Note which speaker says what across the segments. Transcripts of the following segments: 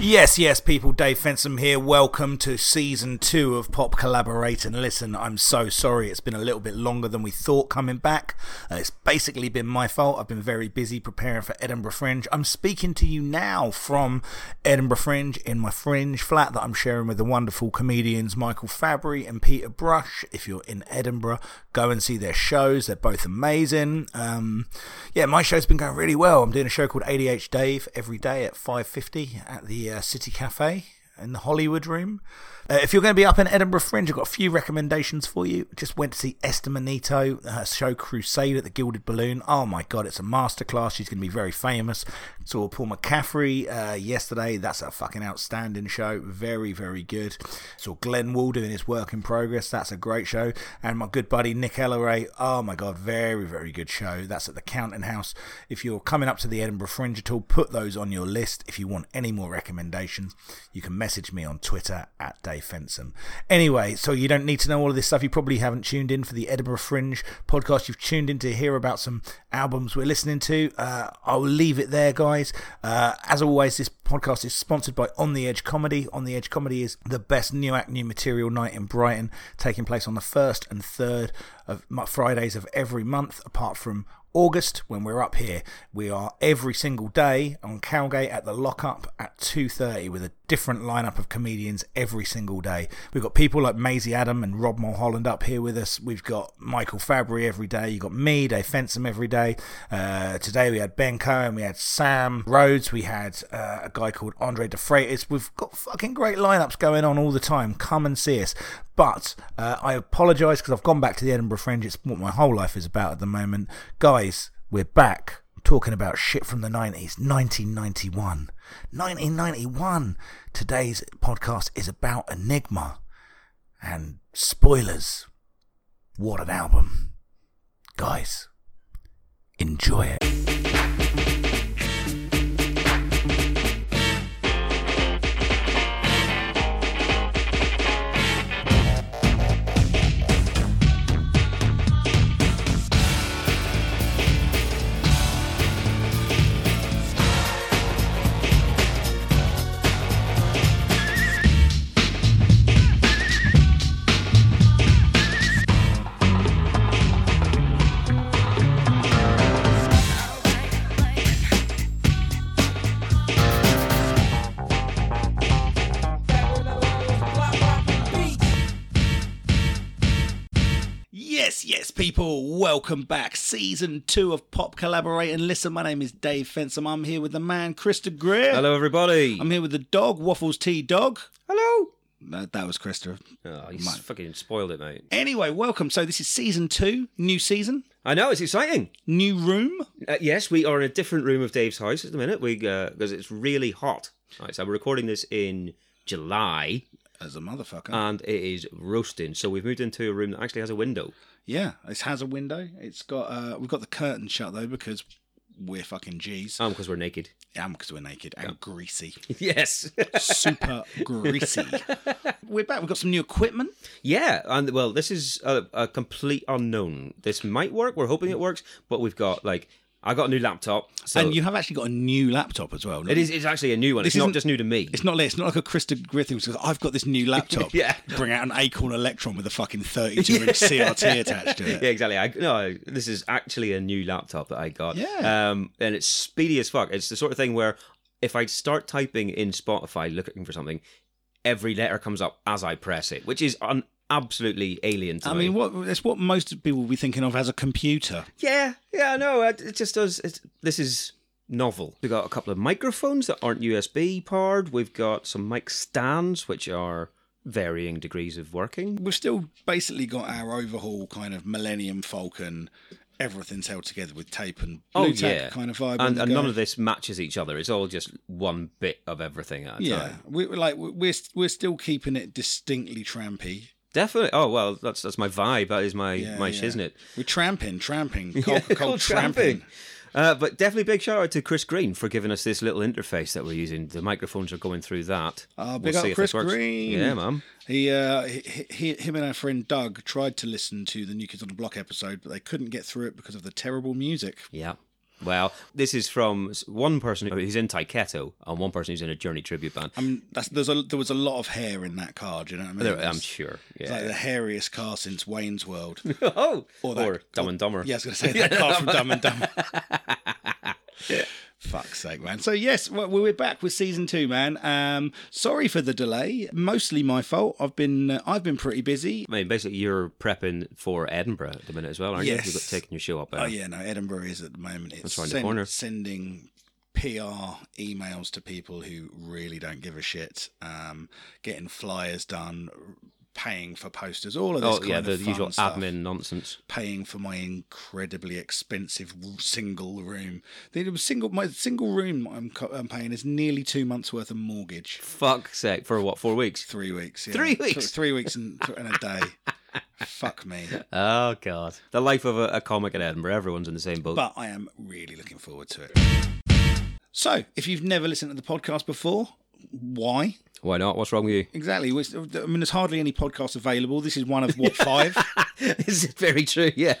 Speaker 1: Yes, yes, people. Dave Fensom here. Welcome to season two of Pop Collaborate and Listen. I'm so sorry. It's been a little bit longer than we thought coming back. Uh, it's basically been my fault. I've been very busy preparing for Edinburgh Fringe. I'm speaking to you now from Edinburgh Fringe in my Fringe flat that I'm sharing with the wonderful comedians Michael Fabry and Peter Brush. If you're in Edinburgh, go and see their shows. They're both amazing. Um, yeah, my show's been going really well. I'm doing a show called ADH Dave every day at 5:50 at the uh, City Cafe in the Hollywood Room. Uh, if you're going to be up in Edinburgh Fringe, I've got a few recommendations for you. Just went to see Esther Manito, her show Crusade at the Gilded Balloon. Oh my God, it's a masterclass. She's going to be very famous. Saw Paul McCaffrey uh, yesterday. That's a fucking outstanding show. Very, very good. Saw Glenn Wall doing his work in progress. That's a great show. And my good buddy Nick Elleray. Oh my God, very, very good show. That's at the Counting House. If you're coming up to the Edinburgh Fringe at all, put those on your list. If you want any more recommendations, you can message me on Twitter at Dave. Fensom. Anyway, so you don't need to know all of this stuff. You probably haven't tuned in for the Edinburgh Fringe podcast. You've tuned in to hear about some albums we're listening to. Uh, I'll leave it there, guys. Uh, as always, this podcast is sponsored by On the Edge Comedy. On the Edge Comedy is the best new act, new material night in Brighton, taking place on the 1st and 3rd of Fridays of every month, apart from August when we're up here. We are every single day on Calgate at the lockup at 2:30 with a different lineup of comedians every single day. We've got people like Maisie Adam and Rob Mulholland up here with us. We've got Michael Fabry every day. You've got me, Dave Fensom every day. Uh, today we had Ben Cohen, we had Sam Rhodes, we had uh, a guy called Andre De Freitas. We've got fucking great lineups going on all the time. Come and see us. But uh, I apologise because I've gone back to the Edinburgh Fringe. It's what my whole life is about at the moment. Guys, we're back I'm talking about shit from the 90s, 1991. 1991. Today's podcast is about Enigma. And spoilers. What an album. Guys, enjoy it. Yes, yes, people, welcome back. Season two of Pop Collaborate and Listen. My name is Dave Fensom. I'm here with the man, Krista Greer.
Speaker 2: Hello, everybody.
Speaker 1: I'm here with the dog, Waffles T Dog.
Speaker 2: Hello.
Speaker 1: That, that was Krista.
Speaker 2: Oh, you s-
Speaker 1: Mate.
Speaker 2: fucking spoiled it, mate.
Speaker 1: Anyway, welcome. So, this is season two, new season,
Speaker 2: I know it's exciting.
Speaker 1: new room.
Speaker 2: Uh, yes, we are in a different room of Dave's house at the minute. We because it's really hot. All right, so we're recording this in July
Speaker 1: As a motherfucker.
Speaker 2: and it is roasting. So we've moved into a room that actually has a window.
Speaker 1: yeah, this has a window. It's got, uh, we've got the curtain shut though because we're fucking G's.
Speaker 2: Um, because we're naked.
Speaker 1: Yeah, because we're naked and greasy.
Speaker 2: yes.
Speaker 1: Super greasy. We're back. We've got some new equipment.
Speaker 2: yeah, and well, this is a, a complete unknown. This might work. We're hoping it works, but we've got like I got a new laptop. So
Speaker 1: and you have actually got a new laptop as well.
Speaker 2: it is. It's actually a new one. It's not
Speaker 1: isn't-
Speaker 2: just new to me.
Speaker 1: It's not. It's not like a Krista Griffin who says, "I've got this new laptop."
Speaker 2: Yeah.
Speaker 1: Bring out an Acorn Electron with a fucking thirty-two inch CRT attached to it.
Speaker 2: Yeah, exactly. I, no, this is actually a new laptop that I got.
Speaker 1: Yeah.
Speaker 2: Um, and it's speedy as fuck. It's the sort of thing where if I start typing in Spotify looking for something, every letter comes up as I press it, which is un- absolutely alien to
Speaker 1: I
Speaker 2: me.
Speaker 1: mean, what that's what most people will be thinking of as a computer.
Speaker 2: yeah, yeah, no, it it just does. It's, this is novel. We've got a couple of microphones that aren't USB powered. We've got some mic stands, which are varying degrees of working.
Speaker 1: We've still basically got our overhaul kind of Millennium Falcon. Everything's held together with tape and blue tack kind of vibe.
Speaker 2: Oh, and, and none of this matches each other. It's all just one bit of everything at a
Speaker 1: Yeah,
Speaker 2: time.
Speaker 1: we, we're like we're we're still keeping it distinctly trampy.
Speaker 2: Definitely. Oh well, that's that's my vibe. That is my
Speaker 1: Yeah,
Speaker 2: my
Speaker 1: yeah.
Speaker 2: shiznit.
Speaker 1: We're tramping, tramping, cold, cold,
Speaker 2: Cold
Speaker 1: tramping.
Speaker 2: tramping. Uh, but definitely big shout out to Chris Green for giving us this little interface that we're using. The microphones are going through that.
Speaker 3: Ah, big up
Speaker 2: see if
Speaker 3: Chris
Speaker 2: this works.
Speaker 3: Green.
Speaker 2: Yeah, man.
Speaker 3: He, uh, he, he, him and our friend Doug tried to listen to the New Kids on the Block episode, but they couldn't get through it because of the terrible music.
Speaker 2: Yeah. Well, this is from s- one person who's in Taiketo and one person who's in a Journey tribute band.
Speaker 3: Um, that's, there's a, there was a lot of hair in that car. Do you know what I mean?
Speaker 2: There- I'm
Speaker 3: It's-
Speaker 2: sure.
Speaker 3: it's like
Speaker 2: Yeah.
Speaker 3: the hairiest car since Wayne's World.
Speaker 2: oh, or,
Speaker 3: that-
Speaker 2: Dumb and Dumber.
Speaker 3: Yeah, I was going to say that car from Dumb and Dumber. Fuck's sake, man. So yes, well, we're back with season two, man. Um, sorry for the delay. Mostly my fault. I've been uh, I've been pretty busy.
Speaker 2: I mean, basically, you're prepping for Edinburgh at the minute as well, aren't you?
Speaker 3: Yes.
Speaker 2: You've got taking your show up there.
Speaker 3: Oh yeah, no, Edinburgh is at the moment. It's
Speaker 2: That's around the corner.
Speaker 3: sending PR emails to people who really don't give a shit. Um, getting flyers done, paying for posters, all of this.
Speaker 2: Oh,
Speaker 3: kind
Speaker 2: yeah,
Speaker 3: of
Speaker 2: the
Speaker 3: fun
Speaker 2: usual
Speaker 3: stuff.
Speaker 2: admin nonsense.
Speaker 3: paying for my incredibly expensive r- single room. The single my single room I'm, co- I'm paying is nearly two months worth of mortgage.
Speaker 2: Fuck's sake, for what, four weeks?
Speaker 3: Three weeks. yeah.
Speaker 2: Three
Speaker 3: Th-
Speaker 2: weeks?
Speaker 3: three weeks and, th- and a day. Fuck me.
Speaker 2: Oh, God. The life of a, a comic in Edinburgh. Everyone's in the same boat.
Speaker 3: But I am really looking forward to it. So, if you've never listened to the podcast before, why?
Speaker 2: Why not? What's wrong with you?
Speaker 3: Exactly. Which- I mean, there's hardly any podcasts available. This is one of what five?
Speaker 2: this is very true, yeah.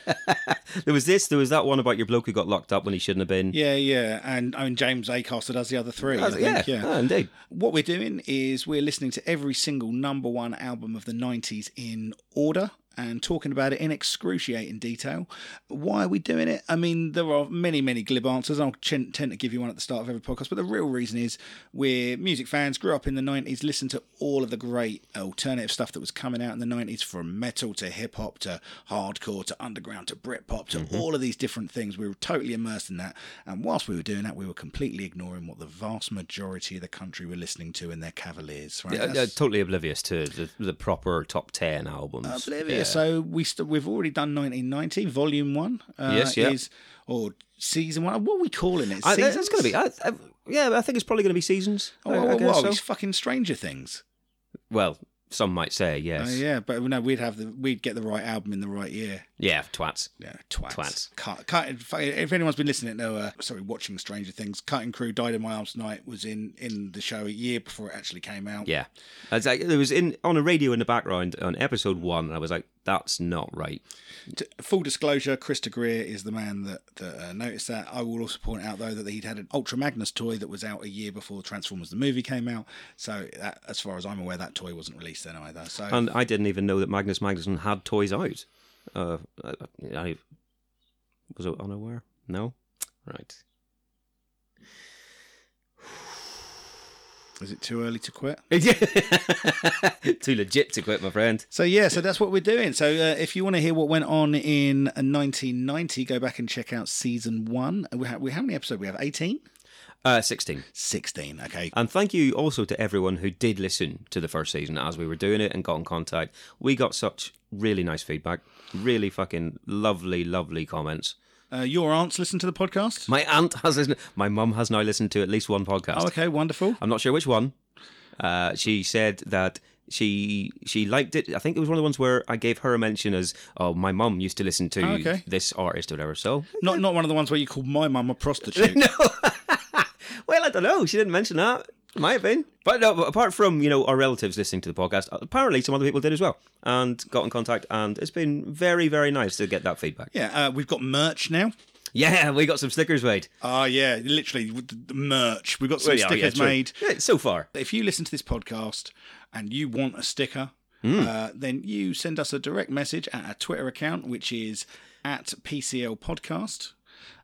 Speaker 2: there was this, there was that one about your bloke who got locked up when he shouldn't have been.
Speaker 3: Yeah, yeah. And I mean, James Acaster does the other three. I
Speaker 2: Oh, yeah.
Speaker 3: think, yeah.
Speaker 2: Oh, indeed.
Speaker 3: What we're doing is we're listening to every single number one album of the 90s in order and talking about it in excruciating detail. Why are we doing it? I mean, there are many, many glib answers. I'll chen- tend to give you one at the start of every podcast, but the real reason is we're music fans, grew up in the 90s, listened to all of the great alternative stuff that was coming out in the 90s from metal to hip hop to hardcore to underground to Britpop to
Speaker 2: Mm-hmm.
Speaker 3: all of these different things. We were totally immersed in that. And whilst we were doing that, we were completely ignoring what the vast majority of the country were listening to in their Cavaliers. Right?
Speaker 2: Uh, uh,
Speaker 3: That's-
Speaker 2: totally oblivious to the, the proper top 10 albums.
Speaker 3: Oblivious. So we st- we've already done 1990, Volume One. Uh,
Speaker 2: Yes, yeah.
Speaker 3: Is, or Season One. What are we calling it?
Speaker 2: I,
Speaker 3: Seasons?
Speaker 2: that's going to be. I, I, yeah, I think it's probably going to be seasons.
Speaker 3: Oh,
Speaker 2: I- I
Speaker 3: oh, oh,
Speaker 2: guess
Speaker 3: oh,
Speaker 2: so.
Speaker 3: it's fucking Stranger Things.
Speaker 2: Well, some might say yes.
Speaker 3: Oh yeah, but no, we'd have the we'd get the right album in the right year.
Speaker 2: Yeah, twats.
Speaker 3: Yeah, twats.
Speaker 2: Twats.
Speaker 3: Cut, cut, if- if anyone's been listening, no, uh, sorry, watching Stranger Things, Cutting Crew died in my arms tonight was in in the show a year before it actually came out.
Speaker 2: Yeah, it's like it was in on a radio in the background on episode one, and I was like, "That's not right."
Speaker 3: T- full disclosure, Krista Greer is the man that, that uh, noticed that. I will also point out though that he'd had an Ultra Magnus toy that was out a year before Transformers the movie came out. So that, as far as I'm aware, that toy wasn't released then either. So
Speaker 2: And I didn't even know that Magnus Magnusson had toys out. Uh, I, I was unaware. No, right.
Speaker 3: is it too early to quit?
Speaker 2: Too legit to quit, my friend.
Speaker 3: So yeah, so that's what we're doing. So uh, if you want to hear what went on in 1990, go back and check out season one. We have we how many episodes? We have 18,
Speaker 2: Uh, Sixteen.
Speaker 3: 16. Okay,
Speaker 2: And thank you also to everyone who did listen to the first season as we were doing it and got in contact. We got such really nice feedback, really fucking lovely, lovely comments.
Speaker 3: uh, your aunts listen to the podcast.
Speaker 2: My aunt has listened. My mum has now listened to at least one podcast.
Speaker 3: Oh, okay, wonderful.
Speaker 2: I'm not sure which one. Uh, she said that she she liked it. I think it was one of the ones where I gave her a mention as, "Oh, my mum used to listen to
Speaker 3: Oh, okay.
Speaker 2: this artist or whatever." So,
Speaker 3: Not not one of the ones where you called my mum a prostitute.
Speaker 2: well, I don't know. She didn't mention that. Might have been, but no. But apart from you know our relatives listening to the podcast, apparently some other people did as well and got in contact, and it's been very very nice to get that feedback.
Speaker 3: Yeah, uh, we've got merch now.
Speaker 2: Yeah, we got some stickers made.
Speaker 3: Oh yeah, literally with the- the merch. We've got some
Speaker 2: Well, yeah, yeah,
Speaker 3: stickers
Speaker 2: true.
Speaker 3: made.
Speaker 2: Yeah, so far.
Speaker 3: If you listen to this podcast and you want a sticker,
Speaker 2: Hmm.
Speaker 3: uh, then you send us a direct message at our Twitter account, which is at PCL Podcast.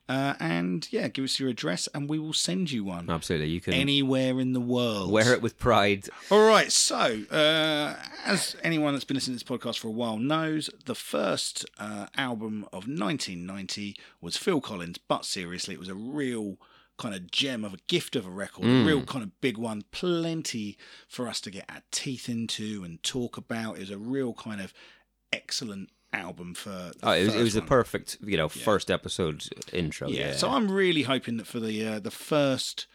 Speaker 3: Uh, and yeah, give us your address and we will send you one
Speaker 2: Absolutely, you can
Speaker 3: anywhere in the world.
Speaker 2: wear it with pride.
Speaker 3: All right, so uh, as anyone that's been listening to this podcast for a while knows, the first uh, album of 1990 was Phil Collins, but seriously, it was a real kind of gem of a gift of a record, a real
Speaker 2: Mm.
Speaker 3: kind of big one, plenty for us to get our teeth into and talk about. It was a real kind of excellent album for. The
Speaker 2: Oh, it was, it
Speaker 3: first
Speaker 2: was the
Speaker 3: one.
Speaker 2: perfect, you know, first episode intro. Oh, Yeah.
Speaker 3: So I'm really hoping that for the uh, the first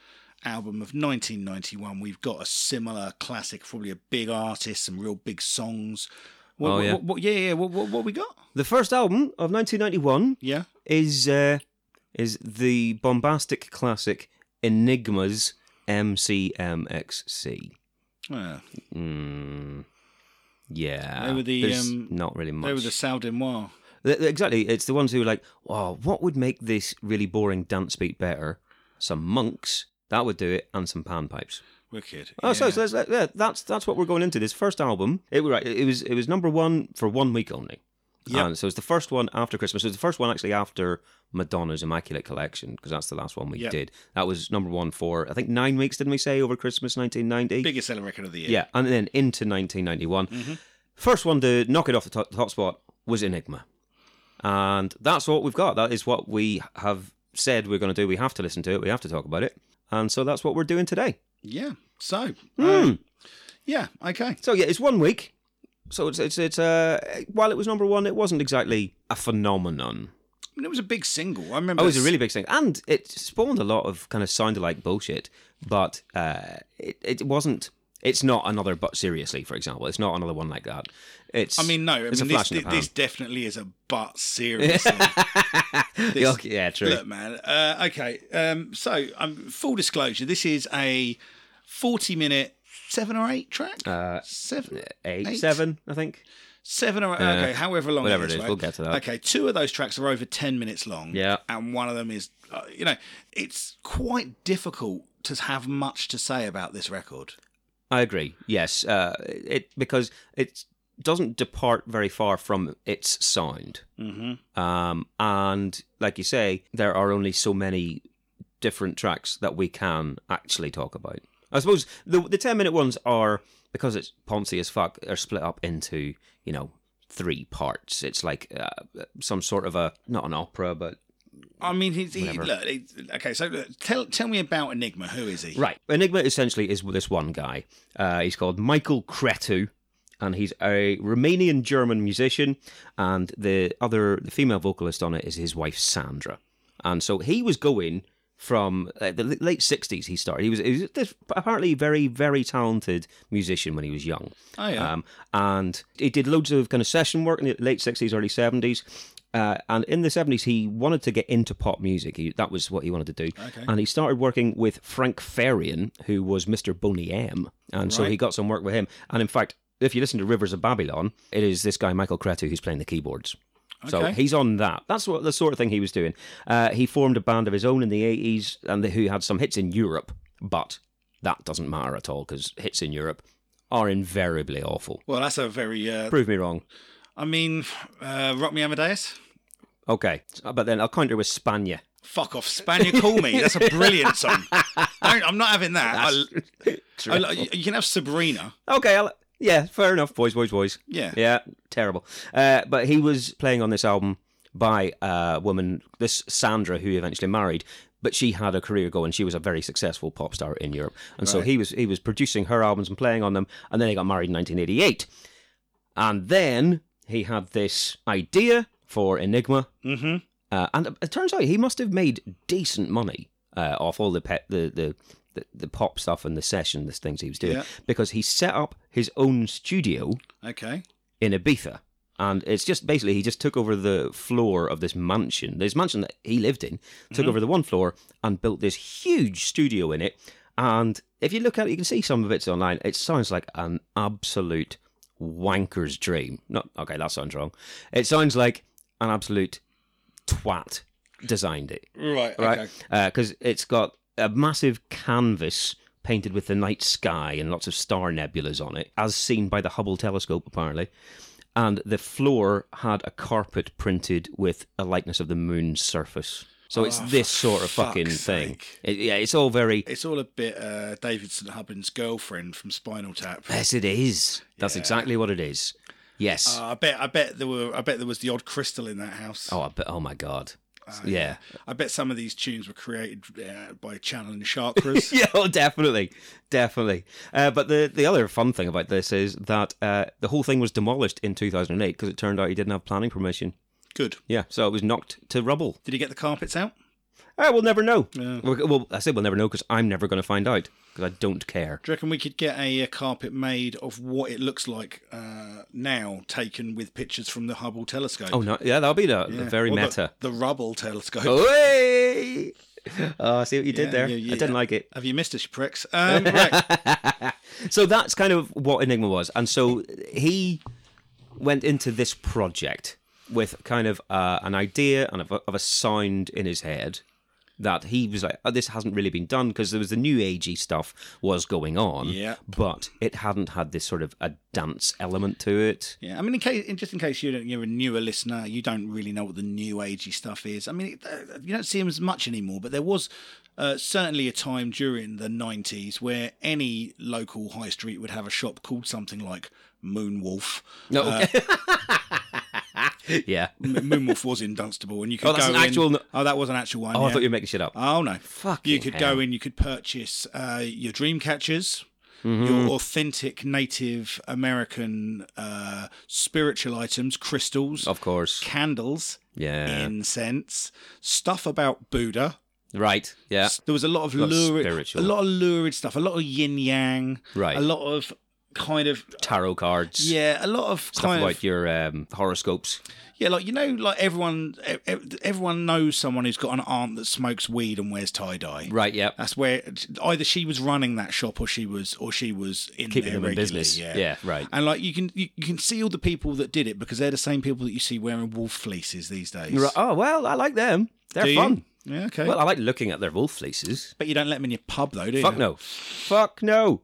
Speaker 3: album of 1991, we've got a similar classic, probably a big artist, some real big songs. What,
Speaker 2: Oh,
Speaker 3: what-
Speaker 2: yeah.
Speaker 3: What, what, yeah, yeah. What, what, what we got?
Speaker 2: the first album of 1991
Speaker 3: Yeah.
Speaker 2: is uh, is the bombastic classic Enigmas MCMXC.
Speaker 3: Well,
Speaker 2: Mm, yeah.
Speaker 3: They were the,
Speaker 2: There's
Speaker 3: um,
Speaker 2: not really much.
Speaker 3: they were the Saldemois.
Speaker 2: Th- th- Exactly. It's the ones who are like, oh, what would make this really boring dance beat better? Some monks, that would do it, and some panpipes.
Speaker 3: Wicked.
Speaker 2: Oh, so,
Speaker 3: Yeah.
Speaker 2: so that's, yeah, that's that's what we're going into. This first album, it, was- right, it was it was number one for one week only.
Speaker 3: Yep.
Speaker 2: And so it's the first one after Christmas. It was the first one actually after Madonna's Immaculate Collection because that's the last one we
Speaker 3: Yep.
Speaker 2: did. That was number one for I think nine weeks, didn't we say over Christmas 1990?
Speaker 3: biggest selling record of the year. Mm-hmm.
Speaker 2: yeah, and then into 1991. First one to knock it off the top, top spot was Enigma. And that's what we've got. That is what we have said we're going to do. We have to listen to it. We have to talk about it. And so that's what we're doing today.
Speaker 3: Yeah. So.
Speaker 2: Hmm.
Speaker 3: uh, yeah. Okay.
Speaker 2: So yeah, it's one week. So it's it's it's uh while it was number one, it wasn't exactly a phenomenon. Oh,
Speaker 3: I mean, it was a big single. I remember.
Speaker 2: It was a
Speaker 3: s-
Speaker 2: really big thing, and it spawned a lot of kind of sound alike bullshit. But uh, it it wasn't. It's not another. But seriously, for example, it's not another one like that. It's.
Speaker 3: I mean, no. I
Speaker 2: it's
Speaker 3: mean,
Speaker 2: a
Speaker 3: this,
Speaker 2: flash in
Speaker 3: this,
Speaker 2: the pan.
Speaker 3: definitely is a butt seriously.
Speaker 2: Yeah, okay, yeah, true.
Speaker 3: Look, man. Uh, okay. Um, so, um, full disclosure: this is a forty-minute, seven or eight track.
Speaker 2: Uh,
Speaker 3: seven,
Speaker 2: eight, seven, I think.
Speaker 3: Seven or okay, however long.
Speaker 2: whatever
Speaker 3: it is,
Speaker 2: it is,
Speaker 3: right?
Speaker 2: we'll get to that.
Speaker 3: Okay, two of those tracks are over ten minutes long.
Speaker 2: Yeah.
Speaker 3: and one of them is, uh, you know, it's quite difficult to have much to say about this record.
Speaker 2: I agree. Yes, uh, it because it doesn't depart very far from its sound.
Speaker 3: Mm-hmm.
Speaker 2: Um, and like you say, there are only so many different tracks that we can actually talk about. I suppose the the ten minute ones are because it's poncy as fuck. Are split up into you know three parts. It's like uh, some sort of a not an opera, but
Speaker 3: I mean, he's, he,
Speaker 2: Whatever.
Speaker 3: look, he, okay, so look, tell tell me about Enigma. Who is he?
Speaker 2: Right. Enigma essentially is this one guy. Uh, he's called Michael Cretu, and he's a Romanian German musician. And the other, the female vocalist on it is his wife Sandra. And so he was going from uh, the l- late sixties. He started. He was, he was this apparently very, very talented musician when he was young.
Speaker 3: Oh yeah.
Speaker 2: Um, and he did loads of kind of session work in the late 60s, early 70s. Uh, and in the 70s, he wanted to get into pop music. He, that was what he wanted to do.
Speaker 3: Okay.
Speaker 2: And he started working with Frank Farian, who was Mr. Boney M. And so
Speaker 3: Right.
Speaker 2: he got some work with him. And in fact, if you listen to Rivers of Babylon, it is this guy, Michael Cretu, who's playing the keyboards. So
Speaker 3: Okay.
Speaker 2: he's on that. That's what the sort of thing he was doing. Uh, he formed a band of his own in the 80s and the, who had some hits in Europe, but that doesn't matter at all because hits in Europe are invariably awful.
Speaker 3: well, that's a very. Uh,
Speaker 2: Prove me wrong.
Speaker 3: I mean, uh, Rock Me Amadeus.
Speaker 2: Okay, but then I'll counter with Spania.
Speaker 3: Fuck off, Spaniard, call me. That's a brilliant song. Don't, I'm not having that. I, I,
Speaker 2: Dreadful.
Speaker 3: you can have Sabrina.
Speaker 2: okay, I'll, yeah, fair enough. Boys, boys, boys.
Speaker 3: Yeah.
Speaker 2: Yeah, terrible. Uh, but he was playing on this album by a woman, this Sandra, who he eventually married. But she had a career going. She was a very successful pop star in Europe, and so
Speaker 3: Right.
Speaker 2: he was he was producing her albums and playing on them. And then they got married in 1988, and then he had this idea for Enigma,
Speaker 3: Mm-hmm.
Speaker 2: Uh, and it turns out he must have made decent money uh, off all the pet the, the the the pop stuff and the session, the things he was doing,
Speaker 3: Yeah.
Speaker 2: because he set up his own studio
Speaker 3: Okay.
Speaker 2: in Ibiza. And it's just basically he just took over the floor of this mansion, this mansion that he lived in, took over the one floor and built this huge studio in it. And if you look at it, you can see some of it's online. It sounds like an absolute wanker's dream. Not okay, that sounds wrong. It sounds like an absolute twat designed it
Speaker 3: Right.
Speaker 2: right?
Speaker 3: Okay.
Speaker 2: Because it's got a massive canvas painted with the night sky and lots of star nebulas on it, as seen by the Hubble telescope, apparently. And the floor had a carpet printed with a likeness of the moon's surface. So it's
Speaker 3: Oh,
Speaker 2: this sort of
Speaker 3: for
Speaker 2: fucking
Speaker 3: fuck's
Speaker 2: thing.
Speaker 3: sake.
Speaker 2: It- yeah, it's all very.
Speaker 3: It's all a bit uh, David St. Hubbin's girlfriend from Spinal Tap. Uh,
Speaker 2: Yes, it is. That's exactly what it is. Yes.
Speaker 3: Uh, I bet. I bet there were. I bet there was the odd crystal in that house.
Speaker 2: oh, I bet, oh my god. yeah.
Speaker 3: I bet some of these tunes were created uh, by channeling chakras.
Speaker 2: yeah, oh, definitely, definitely. Uh, but the the other fun thing about this is that uh, the whole thing was demolished in 2008 because it turned out he didn't have planning permission.
Speaker 3: Good.
Speaker 2: Yeah, so it was knocked to rubble.
Speaker 3: Did he get the carpets out?
Speaker 2: Uh, we'll never know.
Speaker 3: Yeah.
Speaker 2: Well, well, I say we'll never know because I'm never going to find out because I don't care.
Speaker 3: Do you reckon we could get a, uh carpet made of what it looks like uh, now, taken with pictures from the Hubble telescope?
Speaker 2: Oh no, yeah, that'll be the, the
Speaker 3: Yeah.
Speaker 2: very
Speaker 3: Or the-
Speaker 2: meta.
Speaker 3: The, rubble telescope.
Speaker 2: Oh, hey! Hey. Oh, I see what you did
Speaker 3: Yeah,
Speaker 2: there.
Speaker 3: yeah, yeah.
Speaker 2: I didn't like it.
Speaker 3: Have you missed us, you pricks? Um, right.
Speaker 2: So that's kind of what Enigma was. And so he went into this project with kind of uh, an idea and of a, of a sound in his head that he was like, oh, this hasn't really been done because there was the new agey stuff was going on,
Speaker 3: Yep.
Speaker 2: but it hadn't had this sort of a dance element to it.
Speaker 3: Yeah, I mean, in case, in, just in case you don't, you're a newer listener, you don't really know what the new agey stuff is. I mean, it, uh, you don't see them as much anymore, but there was uh, certainly a time during the '90s where any local high street would have a shop called something like Moonwolf.
Speaker 2: No.
Speaker 3: Uh.
Speaker 2: yeah.
Speaker 3: M- Moonwolf was in Dunstable, and you could
Speaker 2: Oh, that's
Speaker 3: go
Speaker 2: an
Speaker 3: in-
Speaker 2: actual-
Speaker 3: Oh, that was an actual one.
Speaker 2: Oh, I
Speaker 3: yeah.
Speaker 2: thought you were making shit up.
Speaker 3: Oh no!
Speaker 2: Fucking
Speaker 3: you could
Speaker 2: hell.
Speaker 3: go in. You could purchase uh, your dream catchers,
Speaker 2: Mm-hmm.
Speaker 3: your authentic Native American uh, spiritual items, crystals,
Speaker 2: Of course.
Speaker 3: candles,
Speaker 2: Yeah.
Speaker 3: incense, stuff about Buddha.
Speaker 2: Right. Yeah.
Speaker 3: There was a lot of
Speaker 2: lot of
Speaker 3: lurid,
Speaker 2: spiritual.
Speaker 3: a lot of lurid stuff, a lot of yin yang,
Speaker 2: Right.
Speaker 3: A lot of kind of
Speaker 2: Tarot cards.
Speaker 3: yeah, a lot of
Speaker 2: Stuff
Speaker 3: kind
Speaker 2: about
Speaker 3: of
Speaker 2: your um, horoscopes.
Speaker 3: yeah, like you know, like everyone, e- e- everyone knows someone who's got an aunt that smokes weed and wears tie dye.
Speaker 2: Right. Yeah.
Speaker 3: That's where either she was running that shop or she was or she was in
Speaker 2: Keeping
Speaker 3: there
Speaker 2: them in
Speaker 3: regularly,
Speaker 2: business.
Speaker 3: Yeah.
Speaker 2: Yeah, right.
Speaker 3: And like you can you, you can see all the people that did it because they're the same people that you see wearing wolf fleeces these days.
Speaker 2: Right. Oh well, I like them. They're
Speaker 3: Do you?
Speaker 2: fun.
Speaker 3: Yeah, okay.
Speaker 2: Well, I like looking at their wolf fleeces.
Speaker 3: but you don't let them in your pub though, do you?
Speaker 2: Fuck no. Fuck no.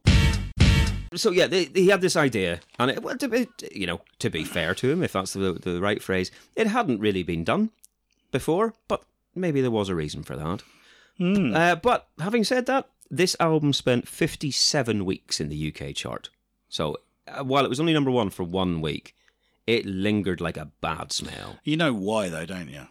Speaker 2: So yeah, they, he had this idea, and it, well, to be, you know, to be fair to him, if that's the, the right phrase, it hadn't really been done before, but maybe there was a reason for that.
Speaker 3: Hmm.
Speaker 2: Uh, but having said that, this album spent 57 weeks in the UK chart. So uh, while it was only number one for one week, it lingered like a bad smell.
Speaker 3: You know why though, don't you?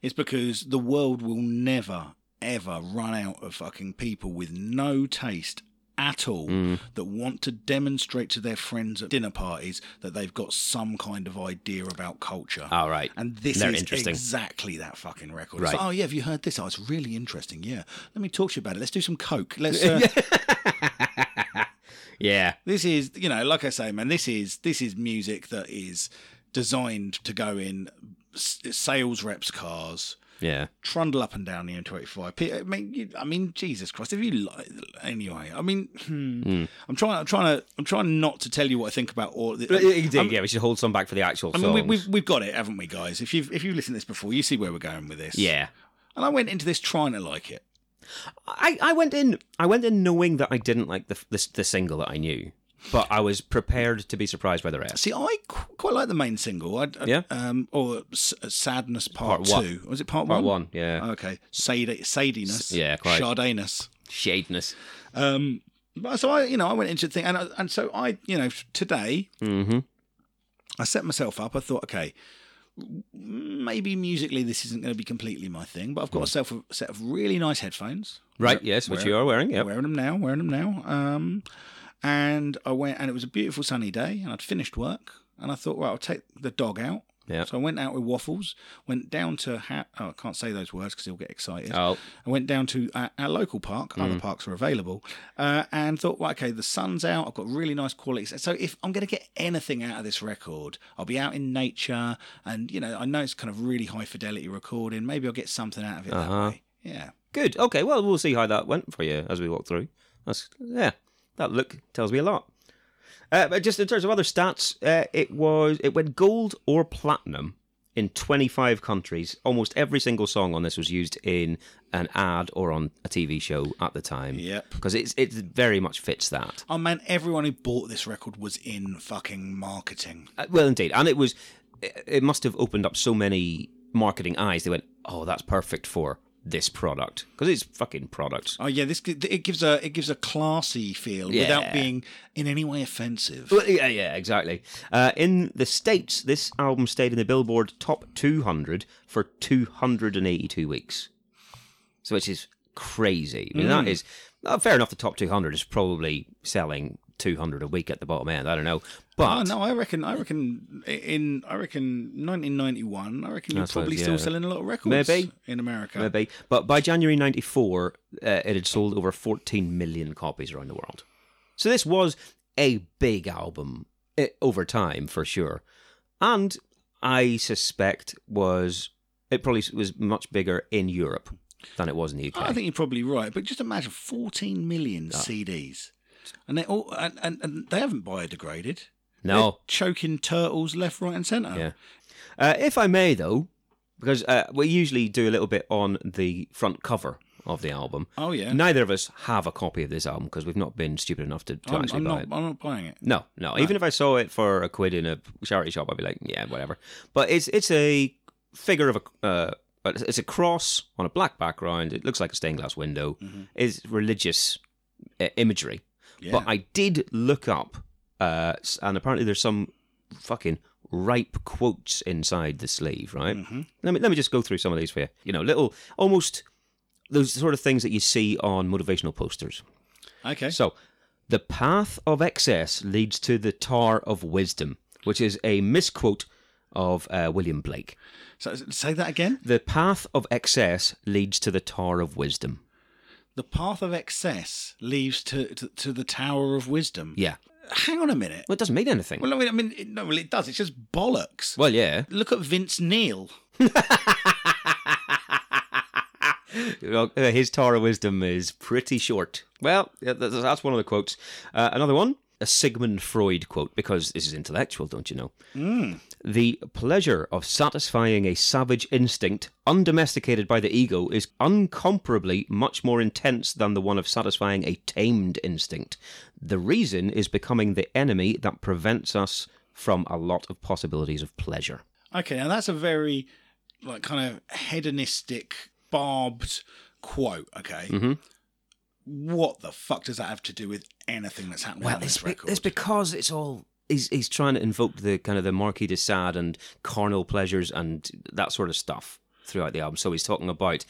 Speaker 3: It's because the world will never ever run out of fucking people with no taste at all
Speaker 2: Mm.
Speaker 3: that want to demonstrate to their friends at dinner parties that they've got some kind of idea about culture.
Speaker 2: All right,
Speaker 3: And this
Speaker 2: They're
Speaker 3: is
Speaker 2: interesting.
Speaker 3: exactly that fucking record.
Speaker 2: Right.
Speaker 3: It's like, oh yeah, have you heard this? Oh, it's really interesting. Yeah, let me talk to you about it. Let's do some coke. Let's. Uh,
Speaker 2: yeah,
Speaker 3: This is, you know, like I say, man, this is this is music that is designed to go in s- sales reps' cars,
Speaker 2: yeah.
Speaker 3: trundle up and down the M25. P- I mean, you, I mean, Jesus Christ, if you like, anyway, I mean, hmm, I'm trying, I'm trying to, I'm trying not to tell you what I think about all. The, I'm-
Speaker 2: Um, yeah, we should hold some back for the actual
Speaker 3: I
Speaker 2: songs.
Speaker 3: mean, we, we've we've got it, haven't we, guys? If you've if you have listened to this before, you see where we're going with this.
Speaker 2: yeah.
Speaker 3: And I went into this trying to like it.
Speaker 2: I, I went in I went in knowing that I didn't like the, the the single that I knew, but I was prepared to be surprised by the rest.
Speaker 3: See, I qu- quite like the main single. I, I-
Speaker 2: Yeah.
Speaker 3: Um, or S- Sadness Part,
Speaker 2: Part one.
Speaker 3: Two. Was it Part,
Speaker 2: Part
Speaker 3: One?
Speaker 2: one, yeah,
Speaker 3: Okay, Sad- sadiness.
Speaker 2: yeah, quite.
Speaker 3: Shardanus.
Speaker 2: shadeness.
Speaker 3: Um, but so I, you know, I went into the thing, and I, and so I, you know, today
Speaker 2: Mm-hmm.
Speaker 3: I set myself up. I thought, okay, maybe musically this isn't going to be completely my thing, but I've
Speaker 2: Hmm.
Speaker 3: got a self a set of really nice headphones.
Speaker 2: Right, yes, which
Speaker 3: where-
Speaker 2: you are wearing. Yep.
Speaker 3: Wearing them now, wearing them now. Um, and I went, and it was a beautiful sunny day, and I'd finished work, and I thought, well, I'll take the dog out.
Speaker 2: Yeah.
Speaker 3: So I went out with waffles, went down to ha- oh, I can't say those words because he'll get excited.
Speaker 2: Oh, Mm.
Speaker 3: I went down to our, our local park. Other parks are available, uh, and thought, well, okay, the sun's out. I've got really nice quality. So if I'm going to get anything out of this record, I'll be out in nature, and you know, I know it's kind of really high fidelity recording. Maybe I'll get something out of it
Speaker 2: Uh-huh.
Speaker 3: that way. Yeah,
Speaker 2: good. Okay, well, we'll see how that went for you as we walk through. That's yeah. That look tells me a lot. Uh, but just in terms of other stats, uh, it was it went gold or platinum in 25 countries. Almost every single song on this was used in an ad or on a TV show at the time.
Speaker 3: Yep.
Speaker 2: Because it's it very much fits that.
Speaker 3: Oh man, everyone who bought this record was in fucking marketing.
Speaker 2: Uh, well, indeed, and it was it, it must have opened up so many marketing eyes. They went, oh, that's perfect for this product because it's fucking products.
Speaker 3: Oh yeah, this gi- it gives a it gives a classy feel
Speaker 2: Yeah.
Speaker 3: without being in any way offensive.
Speaker 2: Well, yeah, yeah, exactly. Uh, in the States, this album stayed in the Billboard Top 200 for 282 weeks. So, which is crazy. I mean, that is uh, fair enough. The top 200 is probably selling 200 a week at the bottom end. I don't know. But
Speaker 3: Oh no, I reckon. I reckon in I reckon 1991. I reckon you're
Speaker 2: That's what-
Speaker 3: probably
Speaker 2: yeah.
Speaker 3: still selling a lot of records.
Speaker 2: Maybe.
Speaker 3: in America.
Speaker 2: maybe. But by January '94, uh, it had sold over 14 million copies around the world. So this was a big album eh, over time, for sure, and I suspect was it probably was much bigger in Europe than it was in the UK.
Speaker 3: I think you're probably right, but just imagine 14 million CDs, and they all and, and, and they haven't biodegraded. They're
Speaker 2: no,
Speaker 3: choking turtles left, right, and centre.
Speaker 2: Yeah. Uh, if I may, though, because uh, we usually do a little bit on the front cover of the album.
Speaker 3: Oh yeah,
Speaker 2: Neither of us have a copy of this album because we've not been stupid enough to, to
Speaker 3: I'm,
Speaker 2: actually
Speaker 3: I'm
Speaker 2: buy
Speaker 3: not.
Speaker 2: it.
Speaker 3: I'm not buying it.
Speaker 2: No, no, Even if I saw it for a quid in a charity shop, I'd be like, yeah, whatever. But it's it's a figure of a. Uh, but it's- it's a cross on a black background. It looks like a stained glass window. It's religious uh, imagery.
Speaker 3: Yeah.
Speaker 2: But I did look up, uh, s- and apparently there's some fucking ripe quotes inside the sleeve, right? Let me let me just go through some of these for you. You know, little almost those sort of things that you see on motivational posters.
Speaker 3: okay.
Speaker 2: So, the path of excess leads to the tar of wisdom, which is a misquote of uh, William Blake.
Speaker 3: So say that again.
Speaker 2: The path of excess leads to the tar of wisdom.
Speaker 3: The path of excess leads to, to to the tower of wisdom.
Speaker 2: Yeah.
Speaker 3: Hang on a minute.
Speaker 2: Well, it doesn't mean anything.
Speaker 3: Well, I mean, I mean, it, no, well, it does. It's just bollocks.
Speaker 2: Well, yeah.
Speaker 3: Look at Vince Neil.
Speaker 2: Well, uh, his Torah wisdom is pretty short. Well, yeah, th- th- that's one of the quotes. Uh, another one, a Sigmund Freud quote, because this is intellectual, don't you know?
Speaker 3: Hmm.
Speaker 2: The pleasure of satisfying a savage instinct, undomesticated by the ego, is incomparably much more intense than the one of satisfying a tamed instinct. The reason is becoming the enemy that prevents us from a lot of possibilities of pleasure.
Speaker 3: Okay, now that's a very like kind of hedonistic, barbed quote. Okay,
Speaker 2: Mm-hmm.
Speaker 3: what the fuck does that have to do with anything that's happening
Speaker 2: Well,
Speaker 3: on
Speaker 2: it's,
Speaker 3: this
Speaker 2: be-
Speaker 3: record?
Speaker 2: it's because it's all he's he's trying to invoke the kind of the Marquis de Sade and carnal pleasures and that sort of stuff throughout the album. So he's talking about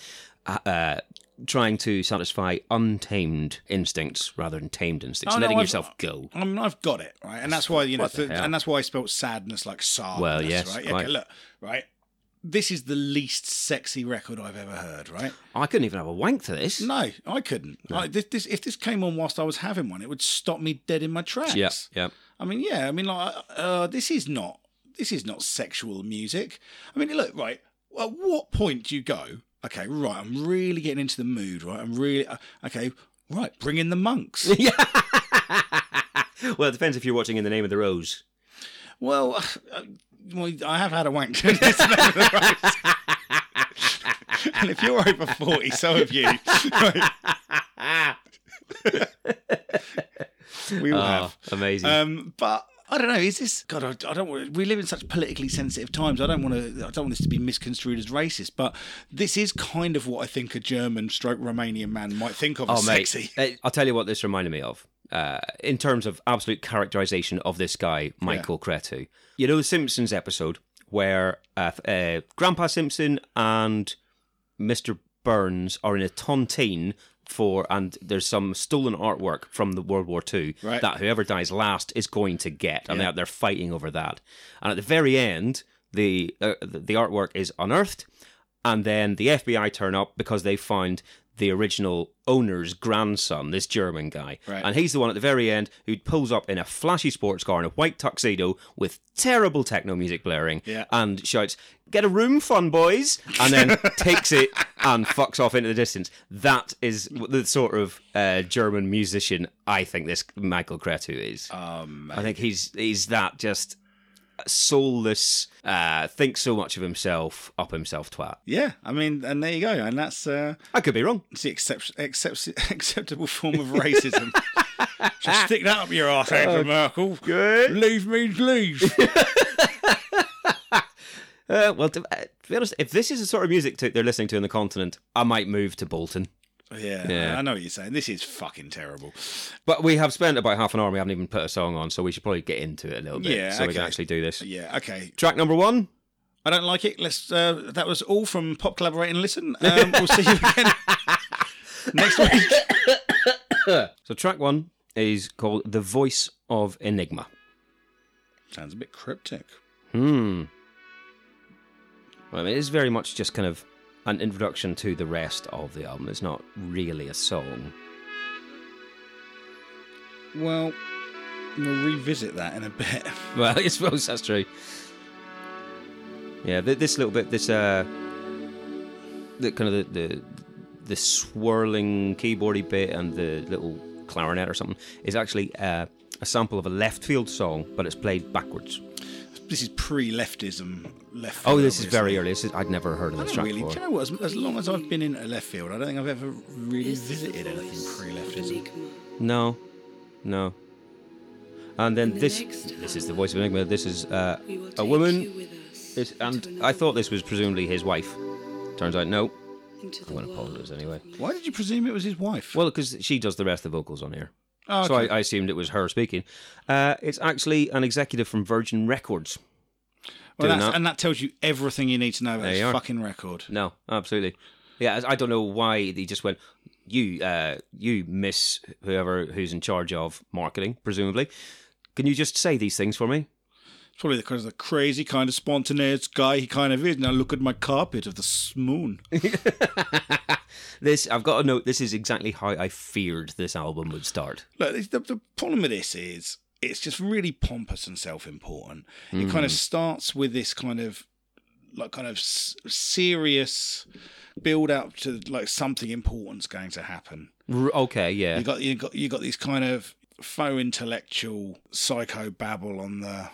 Speaker 2: uh, uh, trying to satisfy untamed instincts rather than tamed instincts,
Speaker 3: Oh, no,
Speaker 2: letting
Speaker 3: I've-
Speaker 2: yourself go.
Speaker 3: I mean, I've got it right, and that's why you know,
Speaker 2: What the
Speaker 3: th-
Speaker 2: hell?
Speaker 3: and that's why I spelt sadness like sadness.
Speaker 2: Well, yes,
Speaker 3: right?
Speaker 2: quite.
Speaker 3: Okay, look, right. This is the least sexy record I've ever heard. Right?
Speaker 2: I couldn't even have a wank to this.
Speaker 3: No, I couldn't. Like, this, this, if this came on whilst I was having one, it would stop me dead in my tracks.
Speaker 2: Yeah, yeah.
Speaker 3: I mean, yeah. I mean, like, uh, this is not this is not sexual music. I mean, look, right. At what point do you go? Okay, right. I'm really getting into the mood. Right. I'm really uh, okay. Right. Bring in the monks.
Speaker 2: Well, it depends if you're watching in the name of the rose.
Speaker 3: well, uh, well, I have had a wank. during this episode, right? and if you're over forty, so have you. Right. we all
Speaker 2: Ah,
Speaker 3: have.
Speaker 2: amazing.
Speaker 3: Um, but I don't know. Is this God? I, I don't. wanna- We live in such politically sensitive times. I don't want to. I don't want this to be misconstrued as racist. But this is kind of what I think a German, stroke Romanian man might think of
Speaker 2: Oh,
Speaker 3: as
Speaker 2: mate.
Speaker 3: sexy.
Speaker 2: Uh, I'll tell you what this reminded me of. Uh, in terms of absolute characterization of this guy, Michael Cretu. You know, the Simpsons episode where uh, uh, Grandpa Simpson and Mr. Burns are in a tontine for, and there's some stolen artwork from the World War II
Speaker 3: Right.
Speaker 2: that whoever dies last is going to get, and they're, they're fighting over that. And at the very end, the uh, the the artwork is unearthed, and then the FBI turn up because they find the original owner's grandson, this German guy,
Speaker 3: Right.
Speaker 2: and he's the one at the very end who pulls up in a flashy sports car in a white tuxedo with terrible techno music blaring,
Speaker 3: Yeah.
Speaker 2: and shouts, "Get a room, fun boys!" and then takes it and fucks off into the distance. That is the sort of uh, German musician I think this Michael Cretu is.
Speaker 3: Um,
Speaker 2: I think he's he's that just soulless, uh, thinks so much of himself, up himself twat.
Speaker 3: yeah. I mean, and there you go. And that's uh,
Speaker 2: I could be wrong.
Speaker 3: it's the accept, accept, acceptable form of racism. Just stick that up your ass, Angela Merkel.
Speaker 2: Oh, Good.
Speaker 3: Leave means leave.
Speaker 2: Uh, well, to, uh, to be honest, if this is the sort of music to, they're listening to in the continent, I might move to Bolton.
Speaker 3: yeah,
Speaker 2: Yeah.
Speaker 3: I know what you're saying. This is fucking terrible.
Speaker 2: But we have spent about half an hour and we haven't even put a song on, so we should probably get into it a little bit
Speaker 3: Yeah,
Speaker 2: so we can
Speaker 3: okay.
Speaker 2: actually do this.
Speaker 3: Yeah. Okay.
Speaker 2: Track number one.
Speaker 3: I don't like it. Let's. Uh, that was all from Pop Collaborate and Listen. Um, we'll see you again next week.
Speaker 2: So, track one is called The Voice of Enigma.
Speaker 3: Sounds a bit cryptic.
Speaker 2: Hmm. Well, it is very much just kind of an introduction to the rest of the album. It's not really a song.
Speaker 3: Well, we'll revisit that in a bit.
Speaker 2: Well, I suppose that's true. Yeah, th- this little bit, this uh, the kind of the, the the swirling keyboardy bit and the little clarinet or something is actually uh, a sample of a left field song, but it's played backwards.
Speaker 3: This is pre-leftism. Left.
Speaker 2: Oh,
Speaker 3: field,
Speaker 2: this is
Speaker 3: obviously.
Speaker 2: very early. This is, I'd never heard of
Speaker 3: I
Speaker 2: this
Speaker 3: don't
Speaker 2: track
Speaker 3: really. Do
Speaker 2: before.
Speaker 3: you know what? As, as long as I've been in a left field, I don't think I've ever really visited anything pre-leftism.
Speaker 2: No, no. And then
Speaker 4: the
Speaker 2: this
Speaker 4: next
Speaker 2: this is the voice of Enigma. This is uh,
Speaker 4: We will take
Speaker 2: a
Speaker 4: you
Speaker 2: woman.
Speaker 4: with us
Speaker 2: This,
Speaker 4: into
Speaker 2: and
Speaker 4: another
Speaker 2: I thought this was presumably his wife. Turns out, no.
Speaker 4: world, into the
Speaker 2: I'm going to
Speaker 4: world
Speaker 2: apologize anyway.
Speaker 3: Why did you presume it was his wife?
Speaker 2: Well, because she does the rest of the vocals on here.
Speaker 3: Oh,
Speaker 2: So
Speaker 3: okay.
Speaker 2: I, I assumed it was her speaking. Uh, it's actually an executive from Virgin Records.
Speaker 3: Well,
Speaker 2: doing
Speaker 3: that's,
Speaker 2: that.
Speaker 3: and that tells you everything you need to know about
Speaker 2: There
Speaker 3: this
Speaker 2: you are.
Speaker 3: fucking record.
Speaker 2: No, absolutely. Yeah, I I don't know why they just went. You, uh, you miss whoever who's in charge of marketing, presumably. Can you just say these things for me?
Speaker 3: It's probably because of the crazy kind of spontaneous guy he kind of is. Now look at my carpet of the s- moon.
Speaker 2: This I've got to note. This is exactly how I feared this album would start.
Speaker 3: Look, this- the, the problem with this is it's just really pompous and self-important. It kind of
Speaker 2: Hmm.
Speaker 3: starts with this kind of like kind of s- serious build up to like something important's going to happen.
Speaker 2: R- okay, yeah,
Speaker 3: You got you got you got these kind of faux intellectual psycho babble on the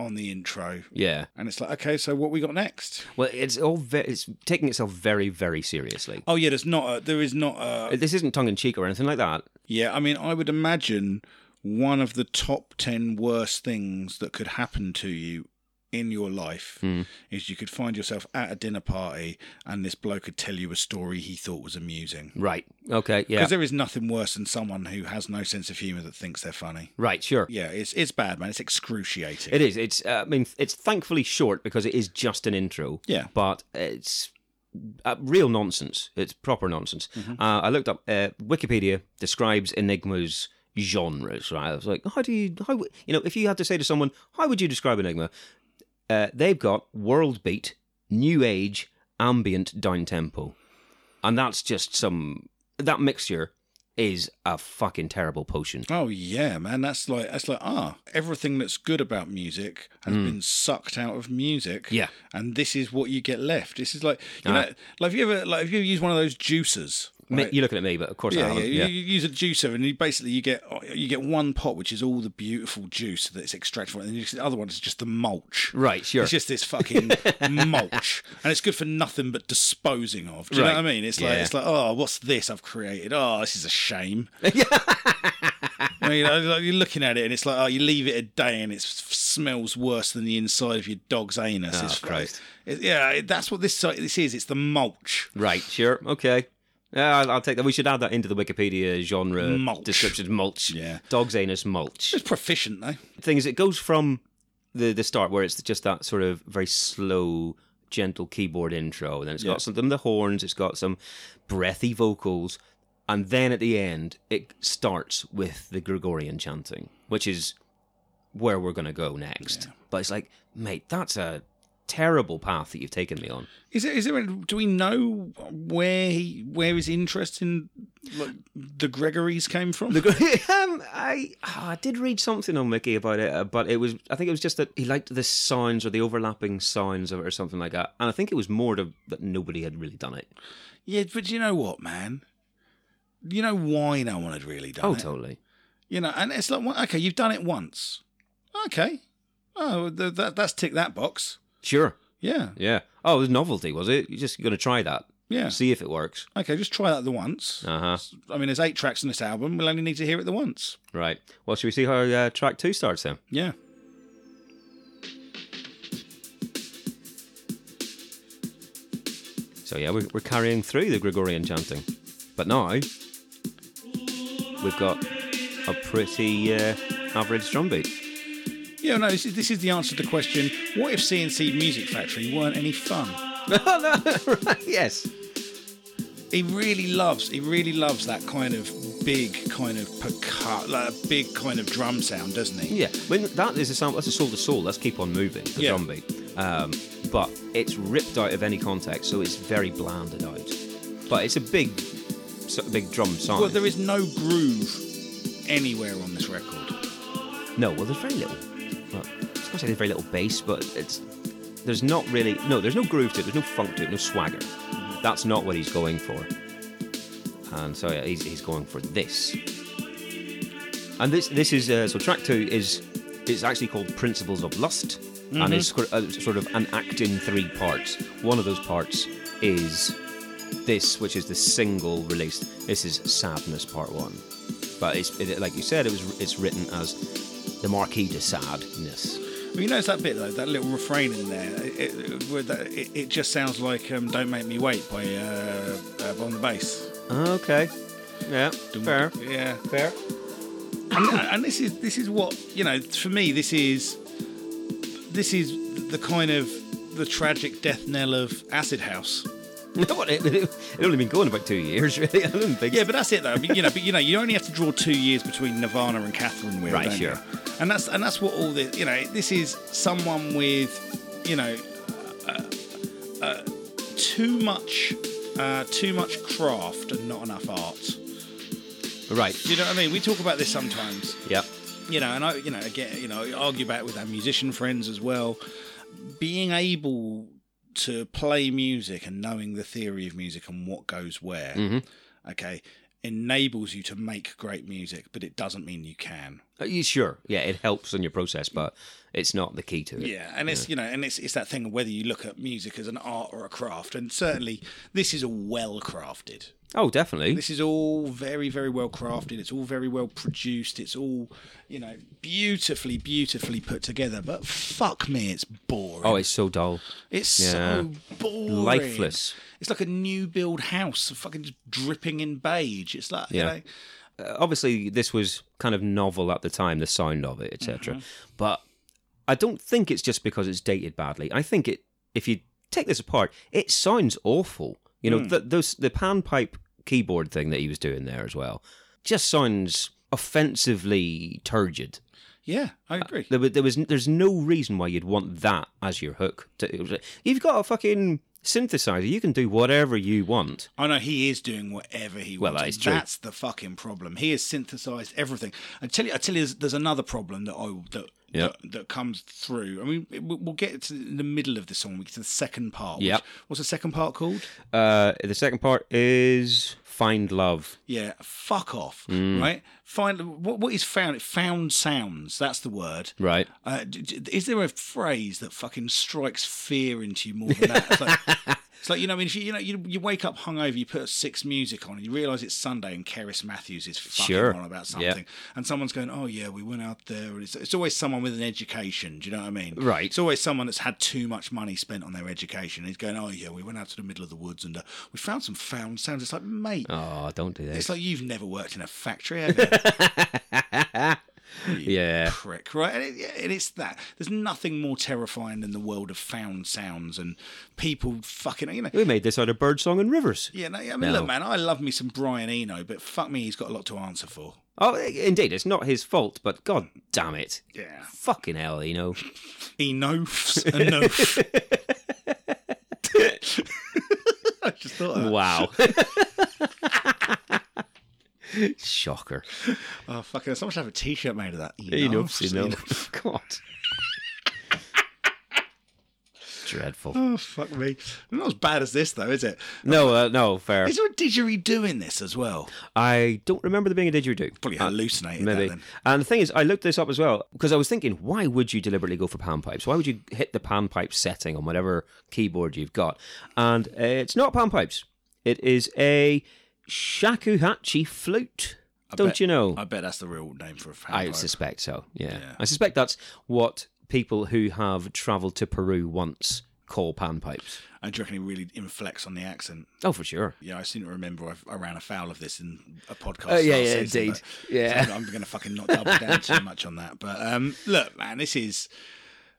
Speaker 3: on the intro,
Speaker 2: yeah.
Speaker 3: and it's like okay, so what we got next?
Speaker 2: Well, it's all ve- it's taking itself very, very seriously.
Speaker 3: Oh yeah, there's not a, there is not a
Speaker 2: This isn't tongue in cheek or anything like that.
Speaker 3: Yeah, I mean, I would imagine one of the top 10 worst things that could happen to you in your life
Speaker 2: Hmm.
Speaker 3: is you could find yourself at a dinner party and this bloke could tell you a story he thought was amusing.
Speaker 2: Right. Okay. Yeah.
Speaker 3: Because there is nothing worse than someone who has no sense of humour that thinks they're funny.
Speaker 2: Right. Sure.
Speaker 3: Yeah, it's it's bad, man. It's excruciating.
Speaker 2: It is. It's. Uh, I mean, it's thankfully short because it is just an intro.
Speaker 3: Yeah.
Speaker 2: But it's uh, real nonsense. It's proper nonsense.
Speaker 3: Mm-hmm.
Speaker 2: Uh, I looked up. Uh, Wikipedia describes Enigma's genres. Right. I was like, how do you? How w- you know? If you had to say to someone, how would you describe Enigma? Uh, they've got world beat, new age, ambient, down tempo, and that's just some. That mixture is a fucking terrible potion.
Speaker 3: Oh yeah, man. That's like that's like ah, everything that's good about music has been sucked out of music.
Speaker 2: Hmm. Yeah.
Speaker 3: and this is what you get left. This is like you
Speaker 2: Ah.
Speaker 3: know, like have you ever like have you ever used one of those juicers?
Speaker 2: Mi-
Speaker 3: Right?
Speaker 2: You're looking at me, but of course I
Speaker 3: yeah, yeah,
Speaker 2: haven't.
Speaker 3: You, you use a juicer, and you basically you get you get one pot, which is all the beautiful juice that's extracted from it, and then you- the other one is just the mulch.
Speaker 2: Right, sure.
Speaker 3: It's just this fucking mulch, and it's good for nothing but disposing of. Do you
Speaker 2: Right.
Speaker 3: know what I mean? It's like
Speaker 2: Yeah.
Speaker 3: it's like oh, what's this I've created? Oh, this is a shame. I mean, I- like, you're looking at it, and it's like oh, you leave it a day, and it s- smells worse than the inside of your dog's anus. it's
Speaker 2: Oh, Christ.
Speaker 3: It, yeah, it, that's what this site- this is. It's the mulch.
Speaker 2: Right, sure, okay. Yeah, I'll, I'll take that. We should add that into the Wikipedia genre
Speaker 3: Mulch.
Speaker 2: description. Mulch.
Speaker 3: Yeah.
Speaker 2: Dog's anus mulch.
Speaker 3: It's proficient though.
Speaker 2: the thing is, it goes from the, the start where it's just that sort of very slow, gentle keyboard intro. And then it's got some of the horns, it's got some breathy vocals. And then at the end, it starts with the Gregorian chanting, which is where we're going to go next. But it's like, mate, that's a terrible path that you've taken me on.
Speaker 3: Is there, is there? any- Do we know where he, where his interest in like, the Gregories came from?
Speaker 2: um, I oh, I did read something on Wiki about it, uh, but it was I think it was just that he liked the sounds or the overlapping sounds of it or something like that, and I think it was more to, that nobody had really done it.
Speaker 3: yeah, but you know what, man? You know why no one had really done
Speaker 2: Oh,
Speaker 3: it.
Speaker 2: totally.
Speaker 3: You know, and it's like, well, okay, you've done it once. Okay, oh, th- that that's tick that box.
Speaker 2: Sure.
Speaker 3: Yeah,
Speaker 2: Yeah. Oh, it was novelty, was it? You're just going to try that,
Speaker 3: yeah.
Speaker 2: see if it works.
Speaker 3: Okay, just try that the once.
Speaker 2: Uh huh.
Speaker 3: I mean, there's eight tracks in this album. We'll only need to hear it the once.
Speaker 2: Right. Well, should we see how uh, track two starts then?
Speaker 3: Yeah.
Speaker 2: So yeah, we're, we're carrying through the Gregorian chanting, but now we've got a pretty uh, average drum beat.
Speaker 3: Yeah, no, this is, this is the answer to the question what if CNC Music Factory weren't any fun?
Speaker 2: Oh, yes.
Speaker 3: he really loves he really loves that kind of big kind of percu- like a big kind of drum sound doesn't he
Speaker 2: Yeah, I mean, that is a sound. That's a soul to soul. Let's keep on moving. The
Speaker 3: Yeah.
Speaker 2: drum beat, um, but it's ripped out of any context, so it's very blanded out. But it's a big, so- big drum sound.
Speaker 3: well there is no groove anywhere on this record
Speaker 2: no, well, there's very little. Well, I was going to say there's very little bass, but it's there's not really. No, there's no groove to it. There's no funk to it. No swagger. That's not what he's going for. and so yeah, he's, he's going for this. And this this is uh, so track two is it's actually called Principles of Lust, and it's sort of, sort of an act in three parts. One of those parts is this, which is the single released. This is Sadness Part One, but it's it, like you said, it was it's written as the Marquis de Sadness.
Speaker 3: Well, you notice that bit though, that little refrain in there. It, it, with that- it, it just sounds like um, "Don't Make Me Wait" by uh, uh, Bon the Bass.
Speaker 2: Okay, yeah, fair,
Speaker 3: Yeah.
Speaker 2: fair.
Speaker 3: and, uh, and this is this is what you know for me this is this is the kind of the tragic death knell of acid house
Speaker 2: What, it, it, it only been going about two years, really. I don't think.
Speaker 3: yeah but that's it though I mean, you know but you know you only have to draw two years between nirvana and catherine Wheel,
Speaker 2: Right,
Speaker 3: don't you?
Speaker 2: sure.
Speaker 3: and that's and that's what all this you know this is someone with you know uh, uh, too much uh, too much craft and not enough art
Speaker 2: Right.
Speaker 3: do you know what i mean we talk about this sometimes
Speaker 2: Yeah.
Speaker 3: you know, and I, you know, again, you know, I argue back with our musician friends as well. Being able to play music and knowing the theory of music and what goes where, okay, enables you to make great music, but it doesn't mean you can.
Speaker 2: Are you sure? Yeah, it helps in your process, but it's not the key to it.
Speaker 3: Yeah, and it's you know, and it's it's that thing of whether you look at music as an art or a craft, and certainly this is well crafted.
Speaker 2: Oh, definitely.
Speaker 3: This is all very, very well crafted. It's all very well produced. It's all, you know, beautifully, beautifully put together. But fuck me, it's boring.
Speaker 2: Oh, it's so dull.
Speaker 3: it's so boring.
Speaker 2: Lifeless.
Speaker 3: It's like a new build house, fucking just dripping in beige. It's like,
Speaker 2: Yeah.
Speaker 3: you know,
Speaker 2: Uh, obviously, this was kind of novel at the time, the sound of it, etc. But I don't think it's just because it's dated badly. I think it, if you take this apart, it sounds awful. You know, th those the panpipe keyboard thing that he was doing there as well just sounds offensively turgid.
Speaker 3: yeah, I agree.
Speaker 2: There, wa- there was there's no reason why you'd want that as your hook. To, you've got a fucking synthesizer. You can do whatever you want.
Speaker 3: I know Oh, he is doing whatever he
Speaker 2: Well,
Speaker 3: wants.
Speaker 2: that
Speaker 3: and
Speaker 2: is true.
Speaker 3: That's the fucking problem. He has synthesized everything. I tell you, I tell you, there's, there's another problem that I that,
Speaker 2: Yep.
Speaker 3: that that comes through. I mean, we- we'll get to the middle of the song. We get to the second part. which-
Speaker 2: Yep.
Speaker 3: What's the second part called?
Speaker 2: Uh, the second part is find love.
Speaker 3: Yeah, fuck off,
Speaker 2: Mm.
Speaker 3: right? Find what what is found. Found sounds. That's the word.
Speaker 2: Right.
Speaker 3: Uh, d- d- is there a phrase that fucking strikes fear into you more than that? It's like, it's like you know, I mean, if you, you know, you, you wake up hungover, you put six music on, and you realise it's Sunday, and Keris Matthews is fucking
Speaker 2: Sure.
Speaker 3: on about something,
Speaker 2: Yeah.
Speaker 3: and someone's going, "Oh yeah, we went out there." and It's, it's always someone with an education. Do you know what I mean?
Speaker 2: Right.
Speaker 3: It's always someone that's had too much money spent on their education. He's going, "Oh yeah, we went out to the middle of the woods and uh, we found some found sounds." It's like, mate,
Speaker 2: Oh, don't do
Speaker 3: it's
Speaker 2: this.
Speaker 3: like you've never worked in a factory, have you?
Speaker 2: yeah.
Speaker 3: prick, right? And, it, and it's that. There's nothing more terrifying than the world of found sounds and people fucking, you know.
Speaker 2: We made this out of Birdsong and Rivers.
Speaker 3: Yeah, no, I mean,
Speaker 2: No.
Speaker 3: look, man, I love me some Brian Eno, but fuck me, he's got a lot to answer for.
Speaker 2: Oh, i- indeed, it's not his fault, but god damn it.
Speaker 3: Yeah.
Speaker 2: Fucking hell, you know.
Speaker 3: Enophs, enough. I just thought of that.
Speaker 2: Wow. Shocker.
Speaker 3: Oh, fucking, someone should have a t shirt made of that.
Speaker 2: Enough,
Speaker 3: Enophs, enough.
Speaker 2: enough. God. Dreadful.
Speaker 3: Oh, fuck me. Not as bad as this, though, is it?
Speaker 2: No, uh, no, fair.
Speaker 3: Is there a didgeridoo doing this as well?
Speaker 2: I don't remember there being a didgeridoo.
Speaker 3: Probably
Speaker 2: Uh,
Speaker 3: hallucinated that
Speaker 2: Maybe.
Speaker 3: then.
Speaker 2: And the thing is, I looked this up as well because I was thinking, why would you deliberately go for panpipes? Why would you hit the panpipe setting on whatever keyboard you've got? And uh, it's not panpipes. It is a shakuhachi flute. don't
Speaker 3: bet-
Speaker 2: you know?
Speaker 3: I bet that's the real name for a fan.
Speaker 2: I
Speaker 3: pipe.
Speaker 2: suspect so. Yeah. I suspect that's what people who have travelled to Peru once call panpipes.
Speaker 3: And do you reckon he really inflects on the accent?
Speaker 2: Oh, for sure.
Speaker 3: Yeah, I seem to remember I've, I ran afoul of this in a podcast.
Speaker 2: Oh, yeah,
Speaker 3: last
Speaker 2: yeah,
Speaker 3: season,
Speaker 2: indeed.
Speaker 3: but-
Speaker 2: Yeah.
Speaker 3: so I'm going to fucking not double down too much on that. But um, look, man, this is.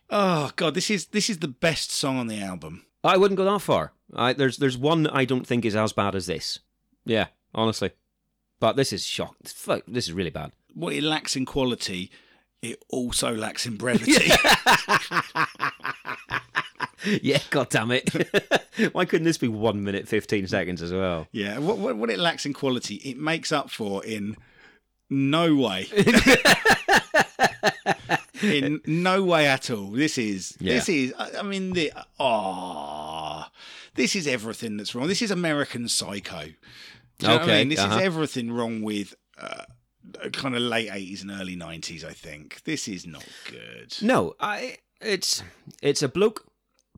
Speaker 3: Oh god, this is this is the best song on the album.
Speaker 2: I wouldn't go that far. I, there's there's one I don't think is as bad as this. Yeah, honestly. But this is shock. Fuck, this is really bad.
Speaker 3: What it lacks in quality, it also lacks in brevity.
Speaker 2: yeah, god damn it. Why couldn't this be one minute fifteen seconds as well?
Speaker 3: yeah, what, what what it lacks in quality, it makes up for in no way. in no way at all. This is
Speaker 2: Yeah.
Speaker 3: this is. I I mean, the ah, this is everything that's wrong. This is American Psycho. Do you know what I
Speaker 2: Okay,
Speaker 3: mean? This
Speaker 2: uh-huh.
Speaker 3: is everything wrong with uh, kind of late 80s and early 90s, I think. This is not good.
Speaker 2: No, I it's it's a bloke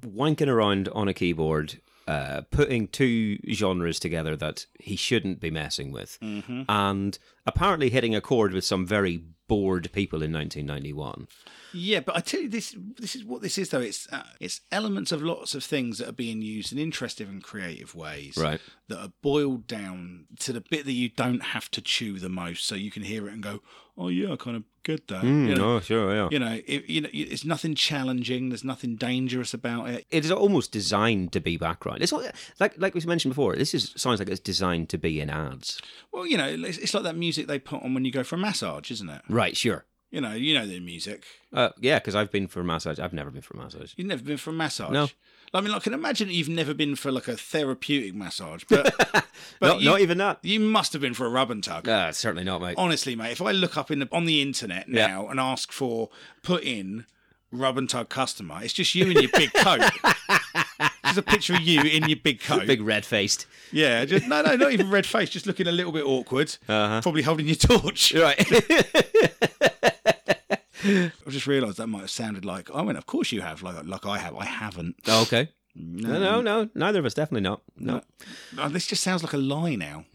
Speaker 2: wanking around on a keyboard, uh, putting two genres together that he shouldn't be messing with, and apparently hitting a chord with some very bored people in 1991.
Speaker 3: Yeah, but I tell you this this is what this is though. It's uh, it's elements of lots of things that are being used in interesting and creative ways.
Speaker 2: Right.
Speaker 3: That are boiled down to the bit that you don't have to chew the most so you can hear it and go, "Oh yeah, I kind of get that." you know,
Speaker 2: oh, sure, yeah.
Speaker 3: you know, it, you know, it's nothing challenging, there's nothing dangerous about it.
Speaker 2: It is almost designed to be background. It's all, like like we mentioned before. This is sounds like it's designed to be in ads.
Speaker 3: Well, you know, it's, it's like that music they put on when you go for a massage, isn't it?
Speaker 2: Right, sure.
Speaker 3: You know, you know the music.
Speaker 2: Uh, yeah, because I've been for a massage. I've never been for a massage.
Speaker 3: You've never been for a massage.
Speaker 2: No.
Speaker 3: I mean, I can imagine you've never been for like a therapeutic massage, but
Speaker 2: No,
Speaker 3: you-
Speaker 2: not even that.
Speaker 3: you must have been for a rub and tug.
Speaker 2: Uh, certainly not, mate.
Speaker 3: Honestly, mate, if I look up in the, on the internet
Speaker 2: Yeah.
Speaker 3: now and ask for put in rub and tug customer, it's just you in your big coat. There's a picture of you in your big coat.
Speaker 2: Big red faced.
Speaker 3: Yeah, just, no, no, not even red face, just looking a little bit awkward.
Speaker 2: Uh-huh.
Speaker 3: Probably holding your torch.
Speaker 2: Right.
Speaker 3: I just realised that might have sounded like I went. Of course you have. Like, like I have. I haven't.
Speaker 2: Oh, okay. No, no, no. Neither of us. Definitely not. No.
Speaker 3: Oh, this just sounds like a lie now.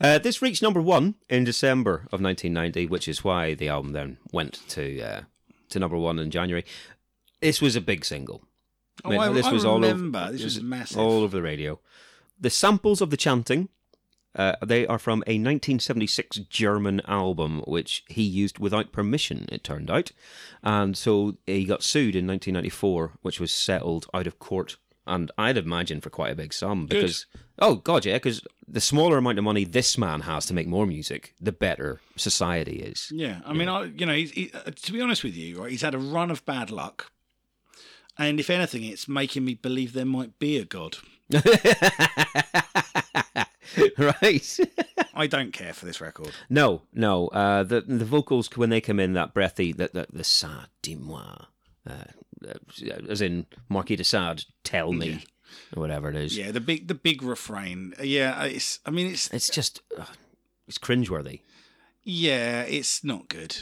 Speaker 2: Uh, this reached number one in December of 1990, which is why the album then went to uh, to number one in January. This was a big single.
Speaker 3: Oh,
Speaker 2: mean,
Speaker 3: I,
Speaker 2: this
Speaker 3: I
Speaker 2: was all over-
Speaker 3: remember. this was massive.
Speaker 2: all over the radio. The samples of the chanting, uh, they are from a 1976 German album, which he used without permission, it turned out. And so he got sued in 1994, which was settled out of court. And I'd imagine for quite a big sum because, oh God, yeah, because the smaller amount of money this man has to make more music, the better society is.
Speaker 3: Yeah, I mean, I you know, he's, he, uh, to be honest with you, right, he's had a run of bad luck, and if anything, it's making me believe there might be a god.
Speaker 2: right?
Speaker 3: I don't care for this record.
Speaker 2: No, no. Uh, the the vocals when they come in that breathy, that the, the sad dis-moi, uh, uh, as in Marquis de Sade, tell me, or whatever it is.
Speaker 3: Yeah, the big the big refrain. Yeah, uh, it's. I mean, it's.
Speaker 2: It's just uh, it's cringeworthy.
Speaker 3: Yeah, it's not good.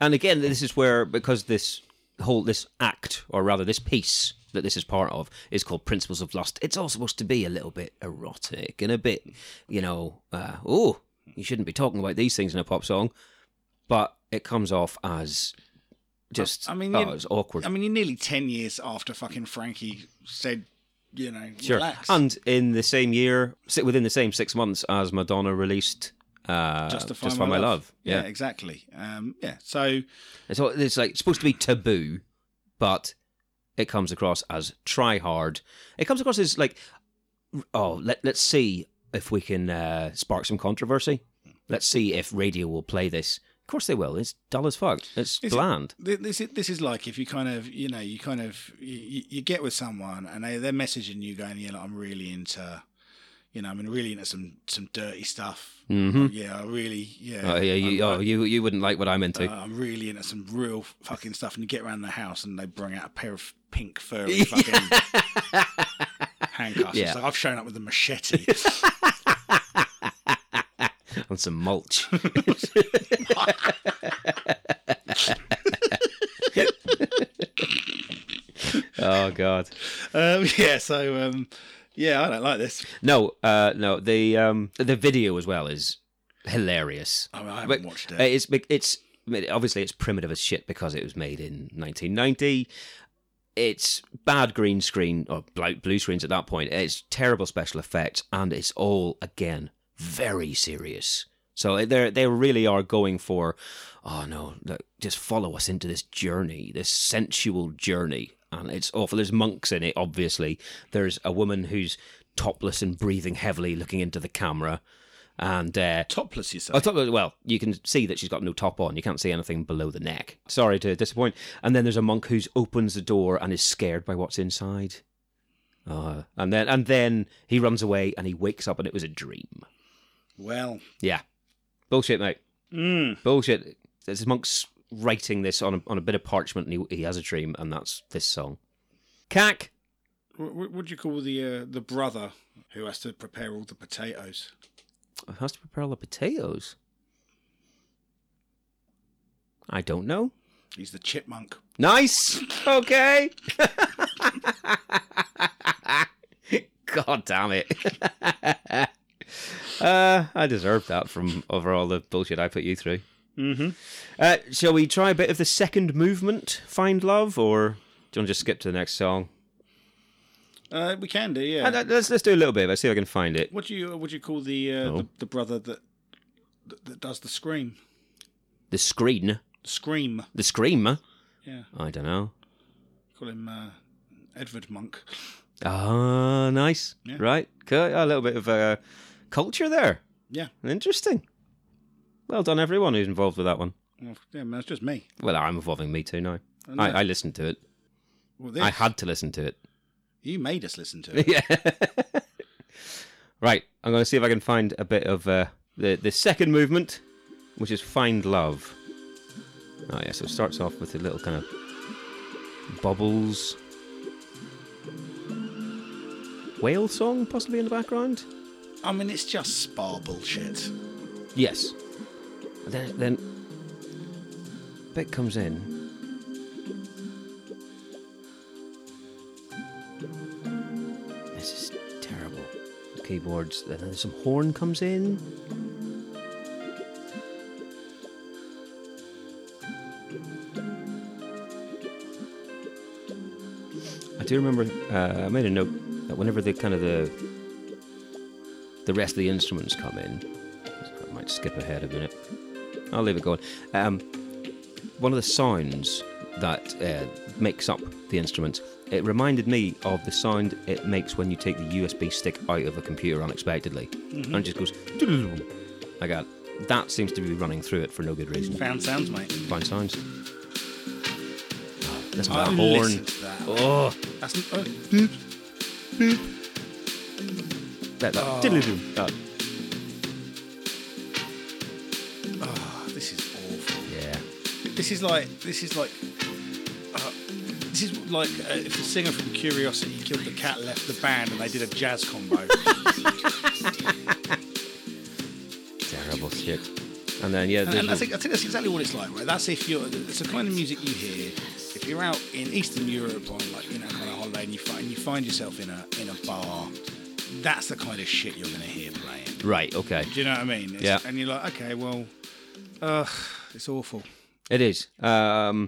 Speaker 2: And again, this is where because this whole this act, or rather this piece that this is part of, is called Principles of Lust. It's all supposed to be a little bit erotic and a bit, you know, uh, oh, you shouldn't be talking about these things in a pop song, but it comes off as just
Speaker 3: I
Speaker 2: I
Speaker 3: mean,
Speaker 2: mean, oh,
Speaker 3: you-
Speaker 2: it's awkward.
Speaker 3: I mean, you're nearly ten years after fucking Frankie said, you know, relax.
Speaker 2: And in the same year, si- within the same six months as Madonna released uh,
Speaker 3: Justify,
Speaker 2: Justify, My, Love. Yeah.
Speaker 3: exactly. Um, yeah, so
Speaker 2: It's, all, it's like supposed to be taboo, but it comes across as try hard. It comes across as like, oh, let, let's see if we can uh, spark some controversy. Let's see if radio will play this. Of course they will. It's dull as fuck. It's
Speaker 3: Is it-
Speaker 2: bland.
Speaker 3: Th- This is this is like if you kind of you know you kind of you, you get with someone and they they're messaging you going yeah like, I'm really into you know I'm really into some some dirty stuff yeah I really yeah
Speaker 2: Mm-hmm. Oh, yeah, you,
Speaker 3: I'm, uh,
Speaker 2: oh, you you wouldn't like what I'm into.
Speaker 3: I'm really into some real fucking stuff and you get around the house and they bring out a pair of pink furry fucking handcuffs
Speaker 2: Yeah.
Speaker 3: it's like I've shown up with a machete
Speaker 2: on some mulch. oh God.
Speaker 3: um, yeah so um, yeah I don't like this
Speaker 2: No, uh, no. The um, the video as well is hilarious.
Speaker 3: I, mean, I haven't
Speaker 2: But
Speaker 3: watched it
Speaker 2: It's it's I mean, obviously it's primitive as shit because it was made in 1990. It's bad green screen or bl- blue screens at that point. It's terrible special effects, and it's all again very serious. So they they really are going for, oh no, look, just follow us into this journey, this sensual journey, and it's awful. There's monks in it, obviously. There's a woman who's topless and breathing heavily, looking into the camera, and uh,
Speaker 3: topless you say
Speaker 2: Oh, top, well, you can see that she's got no top on. You can't see anything below the neck. Sorry to disappoint. And then there's a monk who opens the door and is scared by what's inside. Uh, and then and then he runs away and he wakes up and it was a dream.
Speaker 3: well
Speaker 2: Yeah, bullshit, mate.
Speaker 3: mm,
Speaker 2: Bullshit. There's this monk's writing this on a, on a bit of parchment and he, he has a dream and that's this song. Cack.
Speaker 3: What, what do you call the uh, the brother who has to prepare all the potatoes?
Speaker 2: It has to prepare all the potatoes. I don't know.
Speaker 3: He's the chipmunk.
Speaker 2: Nice. Okay. God damn it. uh, I deserved that from over all the bullshit I put you through.
Speaker 3: Mm-hmm.
Speaker 2: Uh, shall we try a bit of the second movement, Find Love, or do you want to just skip to the next song?
Speaker 3: Uh, we can do, yeah.
Speaker 2: Uh, let- Let's, let's do a little bit of it, see if I can find it.
Speaker 3: What do you what do you call the uh,
Speaker 2: Oh.
Speaker 3: the, the brother that, that that does the scream?
Speaker 2: The screen.
Speaker 3: Scream.
Speaker 2: The scream?
Speaker 3: Yeah.
Speaker 2: I don't know.
Speaker 3: Call him uh, Edward Monk.
Speaker 2: Ah, nice.
Speaker 3: Yeah.
Speaker 2: Right. Cool. A little bit of uh, culture there.
Speaker 3: Yeah.
Speaker 2: Interesting. Well done, everyone who's involved with that one.
Speaker 3: Well, yeah, man, it's just me.
Speaker 2: Well, I'm involving me too now.
Speaker 3: know.
Speaker 2: I, I listened to it.
Speaker 3: Well,
Speaker 2: I
Speaker 3: this-
Speaker 2: had to listen to it.
Speaker 3: you made us listen to it.
Speaker 2: yeah. right. I'm going to see if I can find a bit of uh, the the second movement, which is find love. Oh yeah. So it starts off with a little kind of bubbles, whale song possibly in the background.
Speaker 3: I mean, it's just spa bullshit.
Speaker 2: Yes. And then, then bit comes in. This is terrible. The keyboards. And then some horn comes in. I do remember. Uh, I made a note that whenever the kind of the the rest of the instruments come in, I might skip ahead a minute. I'll leave it going. Um, one of the sounds that uh, makes up the instruments, it reminded me of the sound it makes when you take the USB stick out of a computer unexpectedly. And it just goes like that. That seems to be running through it for no good reason.
Speaker 3: Found sounds, mate.
Speaker 2: Fine sounds. Ah, Listen to
Speaker 3: I
Speaker 2: that horn.
Speaker 3: listened to that.
Speaker 2: Oh,
Speaker 3: That's, oh,
Speaker 2: that, Oh. that. that.
Speaker 3: oh, this is awful.
Speaker 2: Yeah.
Speaker 3: This is like this is like uh, this is like uh, if the singer from Curiosity killed the cat, left the band, and they did a jazz combo.
Speaker 2: Terrible shit. And then, yeah.
Speaker 3: And, and I
Speaker 2: there's-
Speaker 3: think I think that's exactly what it's like. Right? That's if you're. It's the kind of music you hear if you're out in Eastern Europe on like you know kind of holiday, and you find you find yourself in a in a bar. That's the kind of shit you're going to hear playing.
Speaker 2: right, okay.
Speaker 3: Do you know what I mean? It's-
Speaker 2: Yeah.
Speaker 3: And you're like, okay, well, uh, it's awful.
Speaker 2: It is. Um,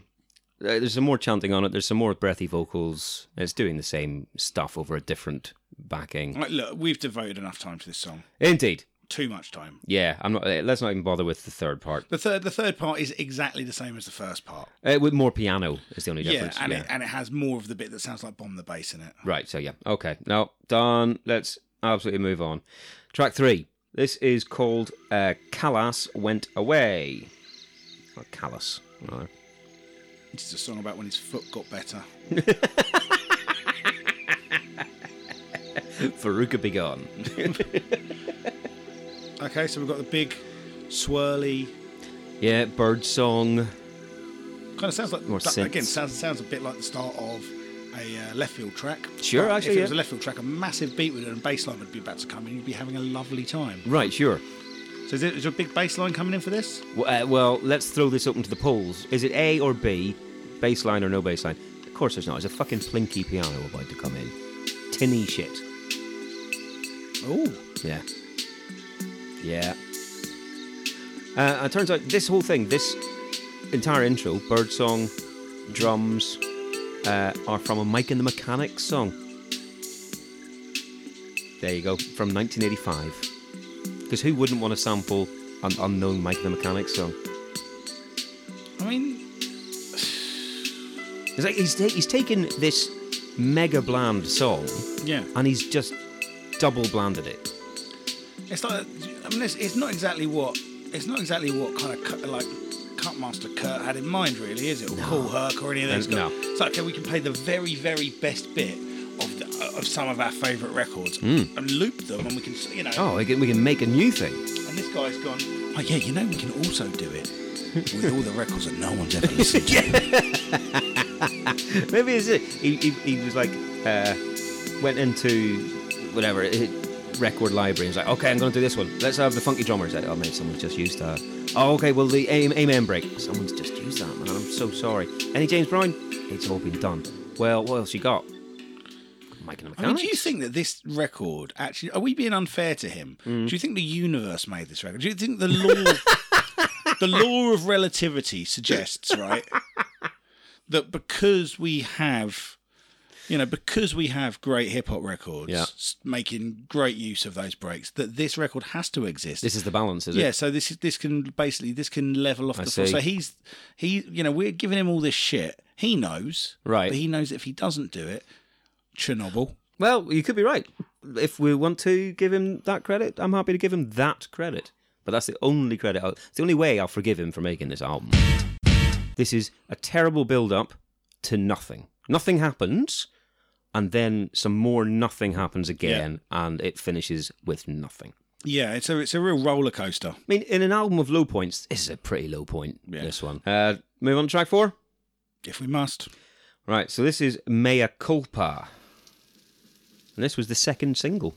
Speaker 2: uh, there's some more chanting on it. There's some more breathy vocals. It's doing the same stuff over a different backing.
Speaker 3: Like, look, we've devoted enough time to this song.
Speaker 2: Indeed.
Speaker 3: Too much time.
Speaker 2: Yeah. I'm not. uh, Let's not even bother with the third part.
Speaker 3: The third the third part is exactly the same as the first part.
Speaker 2: Uh, with more piano is the only
Speaker 3: Yeah,
Speaker 2: difference.
Speaker 3: and it and it has more of the bit that sounds like bomb the bass in it.
Speaker 2: Right. So yeah. Okay. Now done. Let's absolutely move on. Track three. This is called uh, "Callas Went Away." Or Callas. rather.
Speaker 3: It's a song about when his foot got better.
Speaker 2: Veruca be gone.
Speaker 3: Okay, so we've got the big, swirly,
Speaker 2: yeah. Bird song.
Speaker 3: kind of sounds like
Speaker 2: More
Speaker 3: that- again
Speaker 2: synths.
Speaker 3: sounds sounds a bit like the start of a uh, left field track.
Speaker 2: Sure,
Speaker 3: But
Speaker 2: actually,
Speaker 3: if it
Speaker 2: yeah.
Speaker 3: was a left field track, a massive beat with it and bass line would be about to come in. You'd be having a lovely time.
Speaker 2: Right. Sure.
Speaker 3: So is, it, is there a big bass line coming in for this?
Speaker 2: Well, uh, well, let's throw this open to the polls. Is it A or B? Baseline or no baseline? Of course there's not. It's a fucking plinky piano about to come in. Tinny shit.
Speaker 3: Oh,
Speaker 2: Yeah. Yeah. Uh, it turns out this whole thing, this entire intro, bird song, drums, uh, are from a Mike and the Mechanics song. There you go, from 1985. Because who wouldn't want to sample an unknown Mike and the Mechanics song?
Speaker 3: I mean,
Speaker 2: It's like he's, ta- he's taken this mega bland song
Speaker 3: yeah.
Speaker 2: and he's just double blanded it.
Speaker 3: It's like I mean, it's, it's not exactly what it's not exactly what kind of cut, like Cutmaster Kurt had in mind, really, is it? Or Cool Herc or any of those
Speaker 2: No.
Speaker 3: guys. It's like okay, we can play the very, very best bit of the, of some of our favourite records and loop them, and we can you know.
Speaker 2: Hmm. Oh, we can, we can make a new thing.
Speaker 3: And this guy's gone. Oh yeah, you know we can also do it with all the records that no one's ever listened to.
Speaker 2: Maybe it's it. He, he, he was like, uh, went into whatever it, record library and was like, okay, I'm going to do this one. Let's have the funky drummers. Like, oh, mate, someone's just used that. Oh, okay, well, the aim, amen break. Someone's just used that, man. I'm so sorry. Any James Brown? It's all been done. Well, what else you got? Mike and the
Speaker 3: I mean, do you
Speaker 2: Mechanics.
Speaker 3: think that this record actually? Are we being unfair to him?
Speaker 2: Mm.
Speaker 3: Do you think the universe made this record? Do you think the law, the law of relativity suggests right that because we have, you know, because we have great hip hop records
Speaker 2: Yeah.
Speaker 3: s- making great use of those breaks, that this record has to exist.
Speaker 2: This is the balance, is
Speaker 3: yeah,
Speaker 2: it?
Speaker 3: so this is this can basically this can level off
Speaker 2: I
Speaker 3: the floor.
Speaker 2: see.
Speaker 3: So he's he you know we're giving him all this shit. He knows,
Speaker 2: Right.
Speaker 3: But he knows if he doesn't do it, Chernobyl.
Speaker 2: Well, you could be right. If we want to give him that credit, I'm happy to give him that credit. But that's the only credit. I'll, it's the only way I'll forgive him for making this album. This is a terrible build-up to nothing. Nothing happens, and then some more nothing happens again, and it finishes with nothing.
Speaker 3: Yeah, it's a it's a real roller coaster.
Speaker 2: I mean, in an album of low points, this is a pretty low point.
Speaker 3: Yeah.
Speaker 2: This one. Uh, move on to track four.
Speaker 3: If we must,
Speaker 2: Right, so this is Mea Culpa. And this was the second single.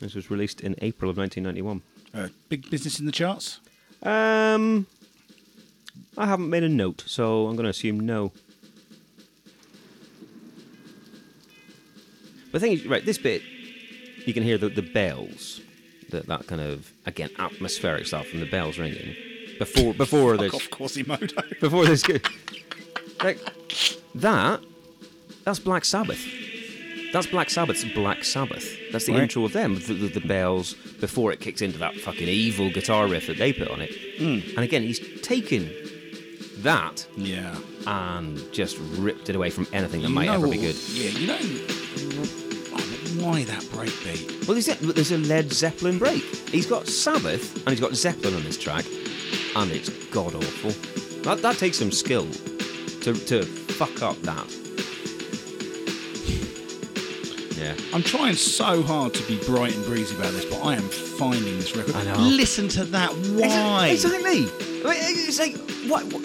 Speaker 2: This was released in April of 1991.
Speaker 3: uh, big business in the charts.
Speaker 2: Um, I haven't made a note, so I'm going to assume no. But the thing is, right, this bit, you can hear the, the bells, that, that kind of, again, atmospheric stuff from the bells ringing before before this.
Speaker 3: Fuck off Quasimodo.
Speaker 2: before this go like that that's black sabbath that's black sabbath's black sabbath that's the
Speaker 3: Right.
Speaker 2: intro of them the, the, the bells before it kicks into that fucking evil guitar riff that they put on it and again he's taken that
Speaker 3: yeah,
Speaker 2: and just ripped it away from anything that might ever be good
Speaker 3: Yeah, you know why that breakbeat?
Speaker 2: well there's a, there's a led zeppelin break he's got sabbath and he's got zeppelin on this track and it's god awful that, that takes some skill to, to fuck up that yeah
Speaker 3: I'm trying so hard to be bright and breezy about this, but I am finding this record.
Speaker 2: I know.
Speaker 3: Listen to that. Why?
Speaker 2: Exactly. I mean, It's like what? what-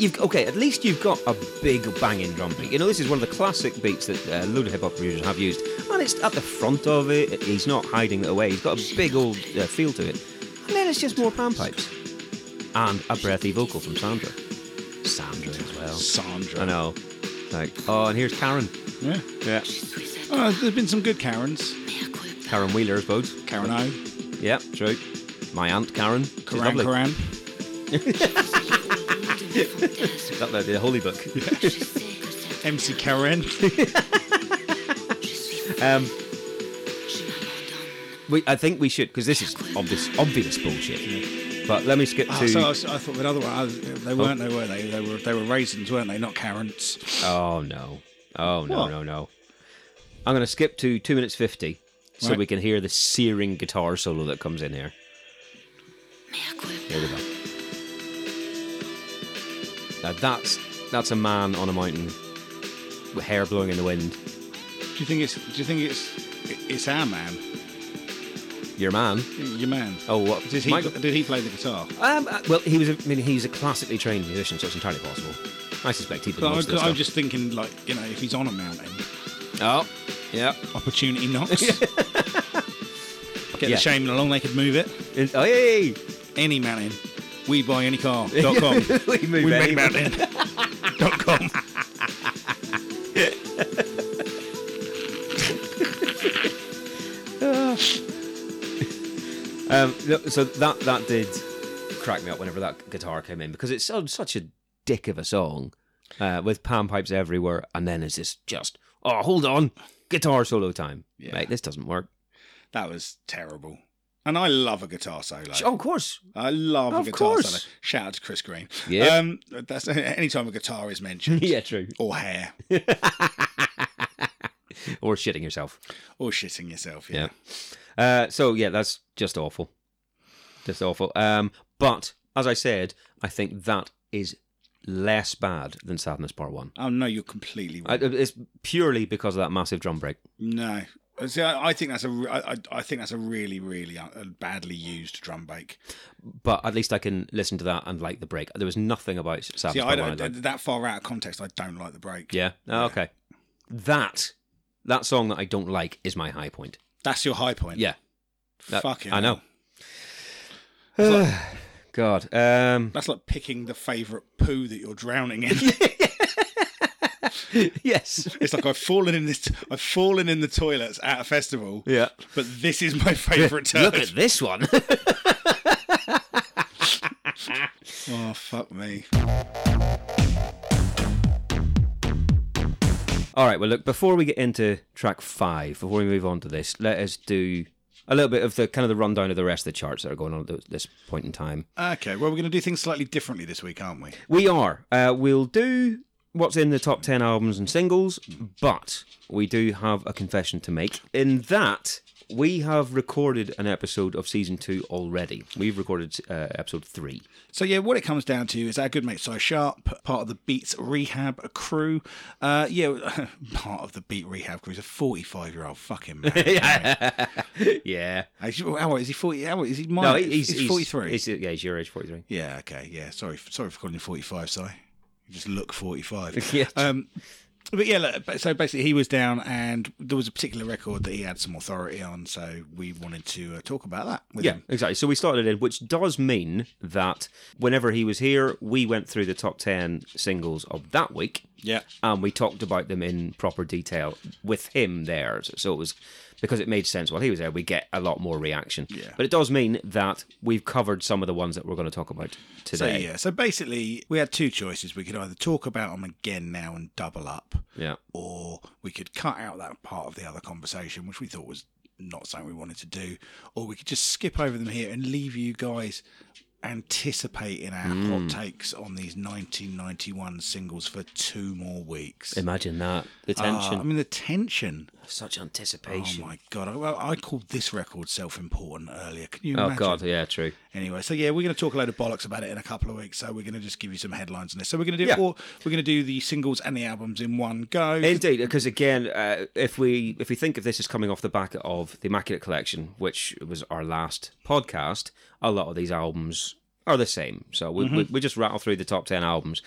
Speaker 2: You've okay. At least you've got a big banging drum beat. You know, this is one of the classic beats that uh, a load of hip hop producers have used, and it's at the front of it. He's not hiding it away. He's got a big old uh, feel to it, and then it's just more panpipes and a breathy vocal from Sandra. Sandra as well.
Speaker 3: Sandra.
Speaker 2: I know. Like, oh, and here's Karen.
Speaker 3: Yeah.
Speaker 2: Yeah. Ah.
Speaker 3: Oh, there's been some good Karens.
Speaker 2: Karen Wheeler, I suppose.
Speaker 3: Karen O.
Speaker 2: Yeah, true. My aunt Karen. She's
Speaker 3: Karan
Speaker 2: lovely.
Speaker 3: Karan.
Speaker 2: That, the- the holy book.
Speaker 3: MC Karen.
Speaker 2: Um, we, I think we should because this is obvious, obvious bullshit. But let me skip
Speaker 3: Oh,
Speaker 2: to.
Speaker 3: so I, was- I thought the other one. I, they weren't, though, were they? They were, they were raisins, weren't they? Not Karens.
Speaker 2: oh no! Oh no!
Speaker 3: What?
Speaker 2: No no! I'm going to skip to two minutes fifty, so
Speaker 3: Right.
Speaker 2: we can hear the searing guitar solo that comes in here. Here we go. Now that's that's a man on a mountain with hair blowing in the wind.
Speaker 3: Do you think it's? Do you think it's? It's our man.
Speaker 2: Your man.
Speaker 3: Your man.
Speaker 2: Oh, what?
Speaker 3: Did he?
Speaker 2: Michael-
Speaker 3: Did he play the guitar?
Speaker 2: Um, uh, well, he was. A, I mean, he's a classically trained musician, so it's entirely possible. I suspect he did
Speaker 3: But I,
Speaker 2: most
Speaker 3: was-
Speaker 2: of this
Speaker 3: I
Speaker 2: stuff.
Speaker 3: was just thinking, like, you know, if he's on a mountain,
Speaker 2: Oh, yeah.
Speaker 3: opportunity knocks. Get
Speaker 2: Yeah.
Speaker 3: the shaman along; they could move it.
Speaker 2: It- oh, hey,
Speaker 3: Any mountain, we buy any car. dot com.
Speaker 2: we move
Speaker 3: we
Speaker 2: any-
Speaker 3: make mountain. dot com.
Speaker 2: Um, no, so that that did crack me up whenever that guitar came in because it's on such a dick of a song uh, with pan pipes everywhere, and then it's this just oh hold on guitar solo time.
Speaker 3: Yeah.
Speaker 2: Mate, this doesn't work.
Speaker 3: That was terrible. And I love a guitar solo.
Speaker 2: Oh, of course.
Speaker 3: I love
Speaker 2: Of
Speaker 3: a guitar
Speaker 2: course.
Speaker 3: solo. Shout out to Chris Green.
Speaker 2: Yeah.
Speaker 3: Um, that's anytime a guitar is mentioned.
Speaker 2: yeah, true.
Speaker 3: Or hair.
Speaker 2: Or shitting yourself.
Speaker 3: Or shitting yourself. Yeah.
Speaker 2: Yeah. Uh, so yeah, that's just awful, just awful. Um, but as I said, I think that is less bad than Sadness Part One.
Speaker 3: Oh no, you're completely
Speaker 2: I,
Speaker 3: wrong.
Speaker 2: it's purely because of that massive drum break.
Speaker 3: no. Uh, See, I, I think that's a. re- I, I, I think that's a really, really uh, badly used drum break.
Speaker 2: But at least I can listen to that and like the break. There was nothing about Savage
Speaker 3: See,
Speaker 2: Part
Speaker 3: I
Speaker 2: One I
Speaker 3: don't.
Speaker 2: liked.
Speaker 3: That far out of context, I don't like the break.
Speaker 2: Yeah. Oh, okay. That That song that I don't like is my high point.
Speaker 3: That's your high point.
Speaker 2: Yeah. That-
Speaker 3: Fucking
Speaker 2: I know.
Speaker 3: hell.
Speaker 2: God. Um,
Speaker 3: That's like picking the favourite poo that you're drowning in.
Speaker 2: yes.
Speaker 3: it's like I've fallen in this. I've fallen in the toilets at a festival.
Speaker 2: Yeah.
Speaker 3: But this is my favourite turd.
Speaker 2: Look at this one.
Speaker 3: Oh fuck me.
Speaker 2: All right. Well, look, before we get into track five, before we move on to this, let us do a little bit of the kind of the rundown of the rest of the charts that are going on at th- this point in time.
Speaker 3: Okay, well we're going to do things slightly differently this week, aren't we?
Speaker 2: We are. Uh, we'll do what's in the top 10 albums and singles, but we do have a confession to make in that we have recorded an episode of season two already. We've recorded uh, episode three.
Speaker 3: So yeah, what it comes down to is our good mate Si Sharp, part of the Beats Rehab crew. Uh, yeah, part of the Beat Rehab crew. He's a forty-five-year-old fucking man.
Speaker 2: Yeah. Oh,
Speaker 3: Is he- How old is he? Forty? How old is he? My,
Speaker 2: No, he's,
Speaker 3: he's forty-three.
Speaker 2: he's- yeah, he's your age, 43.
Speaker 3: yeah. Okay. Yeah. Sorry. f- Sorry for calling you forty-five, Si. You just look forty-five.
Speaker 2: Yeah.
Speaker 3: Um, but yeah, look, but- so basically he was down, and there was a particular record that he had some authority on, so we wanted to uh, talk about that. With
Speaker 2: Yeah,
Speaker 3: him.
Speaker 2: exactly. So we started in, which does mean that whenever he was here, we went through the top 10 singles of that week.
Speaker 3: Yeah.
Speaker 2: And we talked about them in proper detail with him there. So it was because it made sense while he was there, we get a lot more reaction.
Speaker 3: Yeah.
Speaker 2: But it does mean that we've covered some of the ones that we're going to talk about
Speaker 3: So
Speaker 2: today.
Speaker 3: yeah, so basically we had two choices. We could either talk about them again now and double up,
Speaker 2: yeah.
Speaker 3: or we could cut out that part of the other conversation, which we thought was not something we wanted to do, or we could just skip over them here and leave you guys anticipating our
Speaker 2: Hmm.
Speaker 3: hot takes on these 1991 singles for two more weeks.
Speaker 2: Imagine that. The
Speaker 3: Ah,
Speaker 2: tension.
Speaker 3: I mean, the tension.
Speaker 2: Such
Speaker 3: Ah. Oh
Speaker 2: anticipation.
Speaker 3: my god! I, well, I called this record self-important earlier. Can you
Speaker 2: Oh,
Speaker 3: imagine?
Speaker 2: God. Yeah, true.
Speaker 3: Anyway, so yeah, we're going to talk a load of bollocks about it in a couple of weeks. So we're going to just give you some headlines on this. So we're going to do,
Speaker 2: Yeah.
Speaker 3: or we're going to do the singles and the albums in one go.
Speaker 2: Indeed, because again, uh, if we if we think of this as coming off the back of the Immaculate Collection, which was our last podcast, a lot of these albums are the same. So we, we, we just rattle through the top ten albums.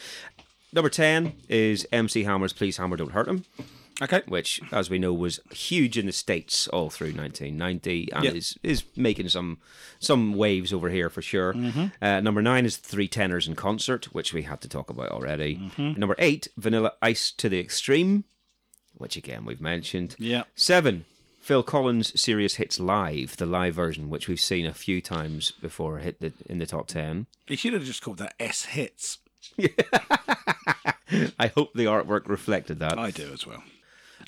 Speaker 2: Number ten is MC Hammer's "Please Hammer Don't Hurt Him,"
Speaker 3: okay.
Speaker 2: which, as we know, was huge in the states all through 1990, and
Speaker 3: Yeah.
Speaker 2: is is making some some waves over here for sure.
Speaker 3: Mm-hmm.
Speaker 2: Uh, number nine is Three Tenors in Concert, which we had to talk about already.
Speaker 3: Mm-hmm.
Speaker 2: Number eight, Vanilla Ice to the Extreme which again we've mentioned.
Speaker 3: Yeah.
Speaker 2: Seven, Phil Collins' Serious Hits Live, the live version, which we've seen a few times before hit the, in the top 10.
Speaker 3: You should have just called that S hits.
Speaker 2: I hope the artwork reflected that.
Speaker 3: I do as well.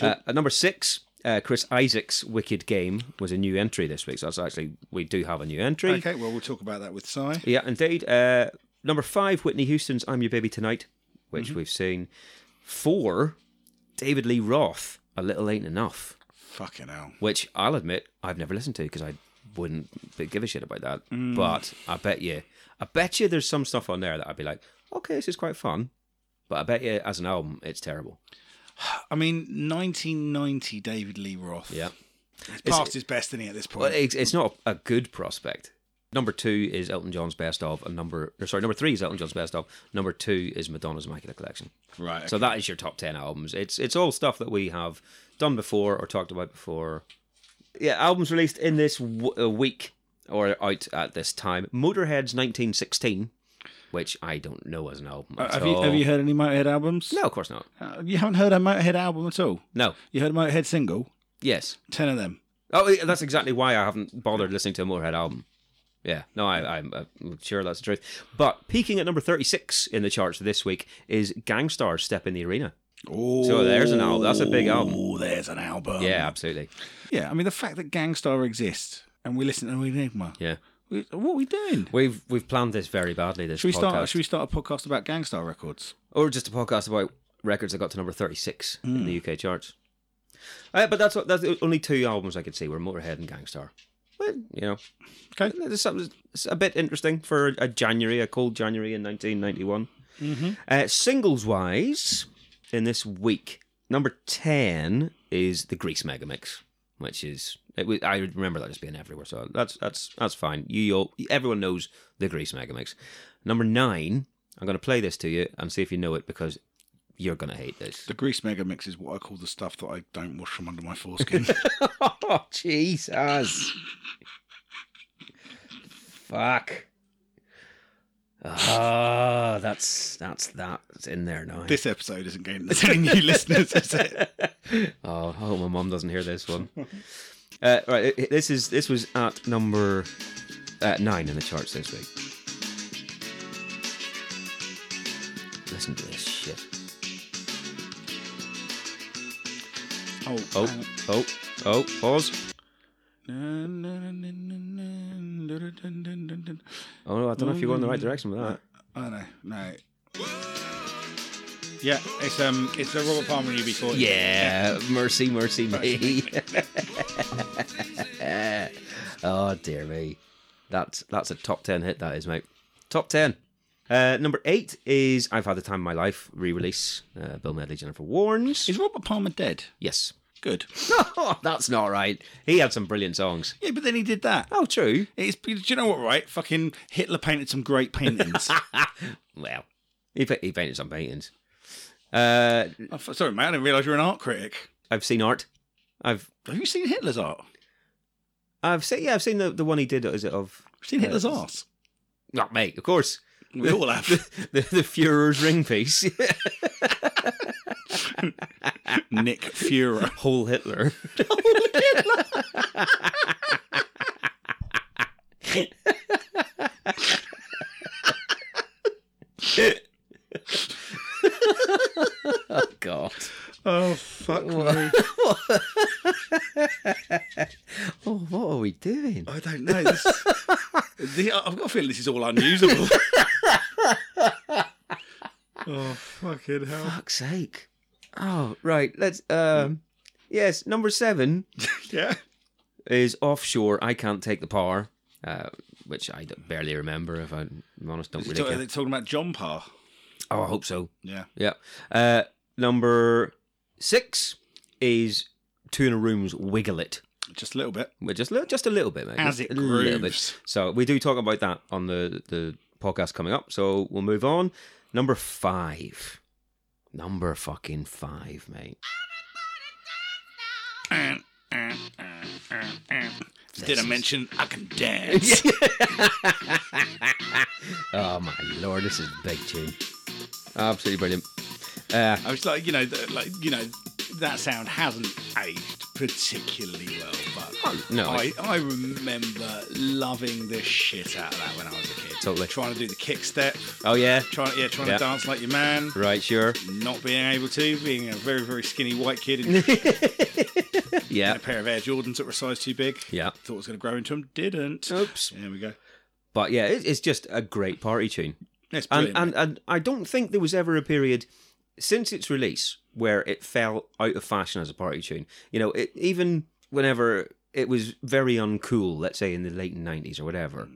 Speaker 2: Uh, at number six, uh, Chris Isaac's Wicked Game was a new entry this week. So that's actually, we do have a new entry.
Speaker 3: Okay. Well, we'll talk about that with Si.
Speaker 2: Yeah, indeed. Uh, number five, Whitney Houston's I'm Your Baby Tonight, which we've seen. Four, David Lee Roth, A Little Ain't Enough.
Speaker 3: Fucking hell.
Speaker 2: which I'll admit I've never listened to because I wouldn't b- give a shit about that. But I bet you, I bet you, there's some stuff on there that I'd be like, okay, this is quite fun. But I bet you, as an album, it's terrible.
Speaker 3: I mean, 1990 David Lee Roth.
Speaker 2: Yeah,
Speaker 3: He's past his best, isn't he, at this point?
Speaker 2: well, it's, it's not a good prospect. Number two is Elton John's Best of, and number or sorry, number three is Elton John's Best of. Number two is Madonna's Immaculate Collection.
Speaker 3: right.
Speaker 2: So that is your top ten albums. It's it's all stuff that we have done before or talked about before. Yeah, albums released in this w- uh, week or out at this time. Motorhead's 1916, which I don't know as an album.
Speaker 3: Uh,
Speaker 2: at
Speaker 3: have you
Speaker 2: all.
Speaker 3: have you heard any Motorhead albums?
Speaker 2: No, of course not.
Speaker 3: Uh, you haven't heard a Motorhead album at all.
Speaker 2: No.
Speaker 3: You heard a Motorhead single.
Speaker 2: Yes.
Speaker 3: Ten of them.
Speaker 2: Oh, yeah, that's exactly why I haven't bothered listening to a Motorhead album. Yeah, no, I, I'm, uh sure that's the truth. But peaking at number 36 in the charts this week is Gangstar's Step in the Arena.
Speaker 3: Oh,
Speaker 2: So there's an album. That's a big album.
Speaker 3: Oh, there's an album.
Speaker 2: Yeah, absolutely.
Speaker 3: Yeah, I mean the fact that Gangstar exists and we listen to Enigma.
Speaker 2: Yeah.
Speaker 3: We- What are we doing?
Speaker 2: We've we've planned this very badly. This
Speaker 3: Should we
Speaker 2: podcast.
Speaker 3: start? Should we start a podcast about Gangstar records?
Speaker 2: or just a podcast about records that got to number 36
Speaker 3: Hmm.
Speaker 2: in the UK charts. Uh, but that's that's the only two albums I could see were Motorhead and Gangstar. But you know,
Speaker 3: Okay.
Speaker 2: there's something it's a bit interesting for a January, a cold January in 1991. Uh, singles wise, in this week, number 10 is the Grease Mega Mix, which is it was, I remember that just being everywhere, so that's that's that's fine. You all, everyone knows the Grease Mega Mix. Number nine, I'm going to play this to you and see if you know it because you're gonna hate this.
Speaker 3: The grease mega mix is what I call the stuff that I don't wash from under my foreskin.
Speaker 2: oh Jesus! Fuck. Ah, that's that's that's in there now.
Speaker 3: this episode isn't getting us any new listeners, is it?
Speaker 2: oh, I hope my mum doesn't hear this one. Uh, right, i- this is this was at number uh, nine in the charts this week. Listen to this shit.
Speaker 3: Oh,
Speaker 2: Oh,
Speaker 3: hang on.
Speaker 2: oh, oh! Pause.
Speaker 3: I
Speaker 2: Oh, I don't know if you're going the right direction with that.
Speaker 3: know, no. Yeah, it's um, it's a Robert Palmer and UB40.
Speaker 2: Yeah, mercy, mercy me. oh dear me, that's that's a top ten hit. That is, mate. Top ten. Uh, number eight is "I've Had the Time of My Life" re-release. Uh, Bill Medley, Jennifer Warnes.
Speaker 3: Is Robert Palmer dead?
Speaker 2: Yes.
Speaker 3: Good.
Speaker 2: No, that's not right. He had some brilliant songs.
Speaker 3: Yeah, but then he did that.
Speaker 2: Oh, true.
Speaker 3: It's, do you know what, right? Fucking Hitler painted some great paintings.
Speaker 2: Well, he, pa- he painted some paintings. Uh,
Speaker 3: Oh, f- sorry, mate, I didn't realise you're an art critic.
Speaker 2: I've seen art. I've
Speaker 3: Have you seen Hitler's art?
Speaker 2: I've seen yeah I've seen the, the one he did. Is it of
Speaker 3: I've seen Hitler's
Speaker 2: Yes.
Speaker 3: arse.
Speaker 2: not mate? Of course.
Speaker 3: We all have.
Speaker 2: the, the Fuhrer's ring piece.
Speaker 3: Nick Fuhrer.
Speaker 2: Whole Hitler. oh God!
Speaker 3: Oh, fuck me.
Speaker 2: Oh, what are we doing?
Speaker 3: I don't know. This, the, I've got a feeling this is all unusable. oh, fucking hell.
Speaker 2: Fuck's sake! Oh, right. Let's. Um, yes, number seven
Speaker 3: Yeah.
Speaker 2: is offshore. I can't take the power, uh, which I don't- barely remember. If I'm honest, don't really.
Speaker 3: Talk-
Speaker 2: care.
Speaker 3: they're talking about John Parr.
Speaker 2: Oh, I hope so.
Speaker 3: Yeah.
Speaker 2: Yeah. Uh, number six is two in a room's wiggle it.
Speaker 3: Just a little bit.
Speaker 2: We're just li- just a little bit, mate.
Speaker 3: As
Speaker 2: Just
Speaker 3: it
Speaker 2: a little bit.
Speaker 3: grooves.
Speaker 2: So we do talk about that on the the podcast coming up. So we'll move on. Number five. Number fucking five, mate.
Speaker 3: Did I mention I can dance?
Speaker 2: Oh my lord, this is a big tune. Absolutely brilliant. Uh,
Speaker 3: I was like, you know, th- like you know, that sound hasn't aged particularly well, but
Speaker 2: Oh, no,
Speaker 3: I, I remember loving the shit out of that when I was a kid.
Speaker 2: Totally.
Speaker 3: Trying to do the kick step,
Speaker 2: oh yeah,
Speaker 3: trying yeah, trying
Speaker 2: Yeah.
Speaker 3: to dance like your man,
Speaker 2: right, sure,
Speaker 3: not being able to, being a very very skinny white kid in in
Speaker 2: yeah,
Speaker 3: a pair of Air Jordans that were a size too big.
Speaker 2: yeah. Oh.
Speaker 3: Thought it was going to grow into them, didn't.
Speaker 2: Oops.
Speaker 3: There we go.
Speaker 2: But yeah, it, it's just a great party tune.
Speaker 3: That's
Speaker 2: and,
Speaker 3: brilliant.
Speaker 2: and and I don't think there was ever a period since its release where it fell out of fashion as a party tune. You know, it, even whenever it was very uncool, let's say in the late '90s or whatever,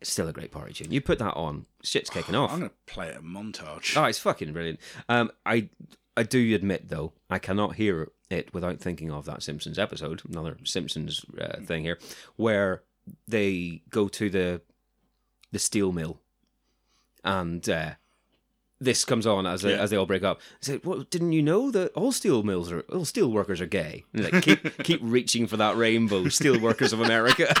Speaker 2: it's still a great party tune. You put that on, shit's kicking off.
Speaker 3: I'm going to play it a montage.
Speaker 2: Oh, it's fucking brilliant. Um, I I do admit though, I cannot hear it without thinking of that Simpsons episode, another Simpsons uh, thing here, where they go to the the steel mill, and uh, this comes on as they,
Speaker 3: Yeah.
Speaker 2: as they all break up. I said, "What? Didn't you know that all steel mills are all steel workers are gay?" And he's like, keep keep reaching for that rainbow, steel workers of America,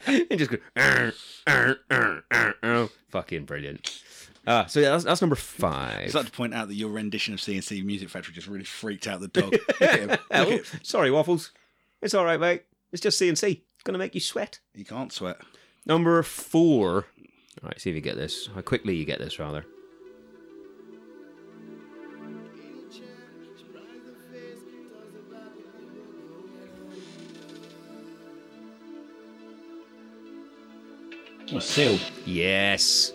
Speaker 2: and just "Er, go, "Arr, arr, arr, arr, arr." er, fucking brilliant. Ah, so yeah, that's, that's number
Speaker 3: I'd
Speaker 2: five.
Speaker 3: like to point out that your rendition of CNC Music Factory just really freaked out the dog. Look at him. Look at
Speaker 2: Oh,
Speaker 3: him.
Speaker 2: sorry, waffles. It's all right, mate. It's just C and C. It's gonna make you sweat.
Speaker 3: He can't sweat.
Speaker 2: Number four. All right, see if you get this. How quickly you get this, rather.
Speaker 3: What, Seal?
Speaker 2: Yes.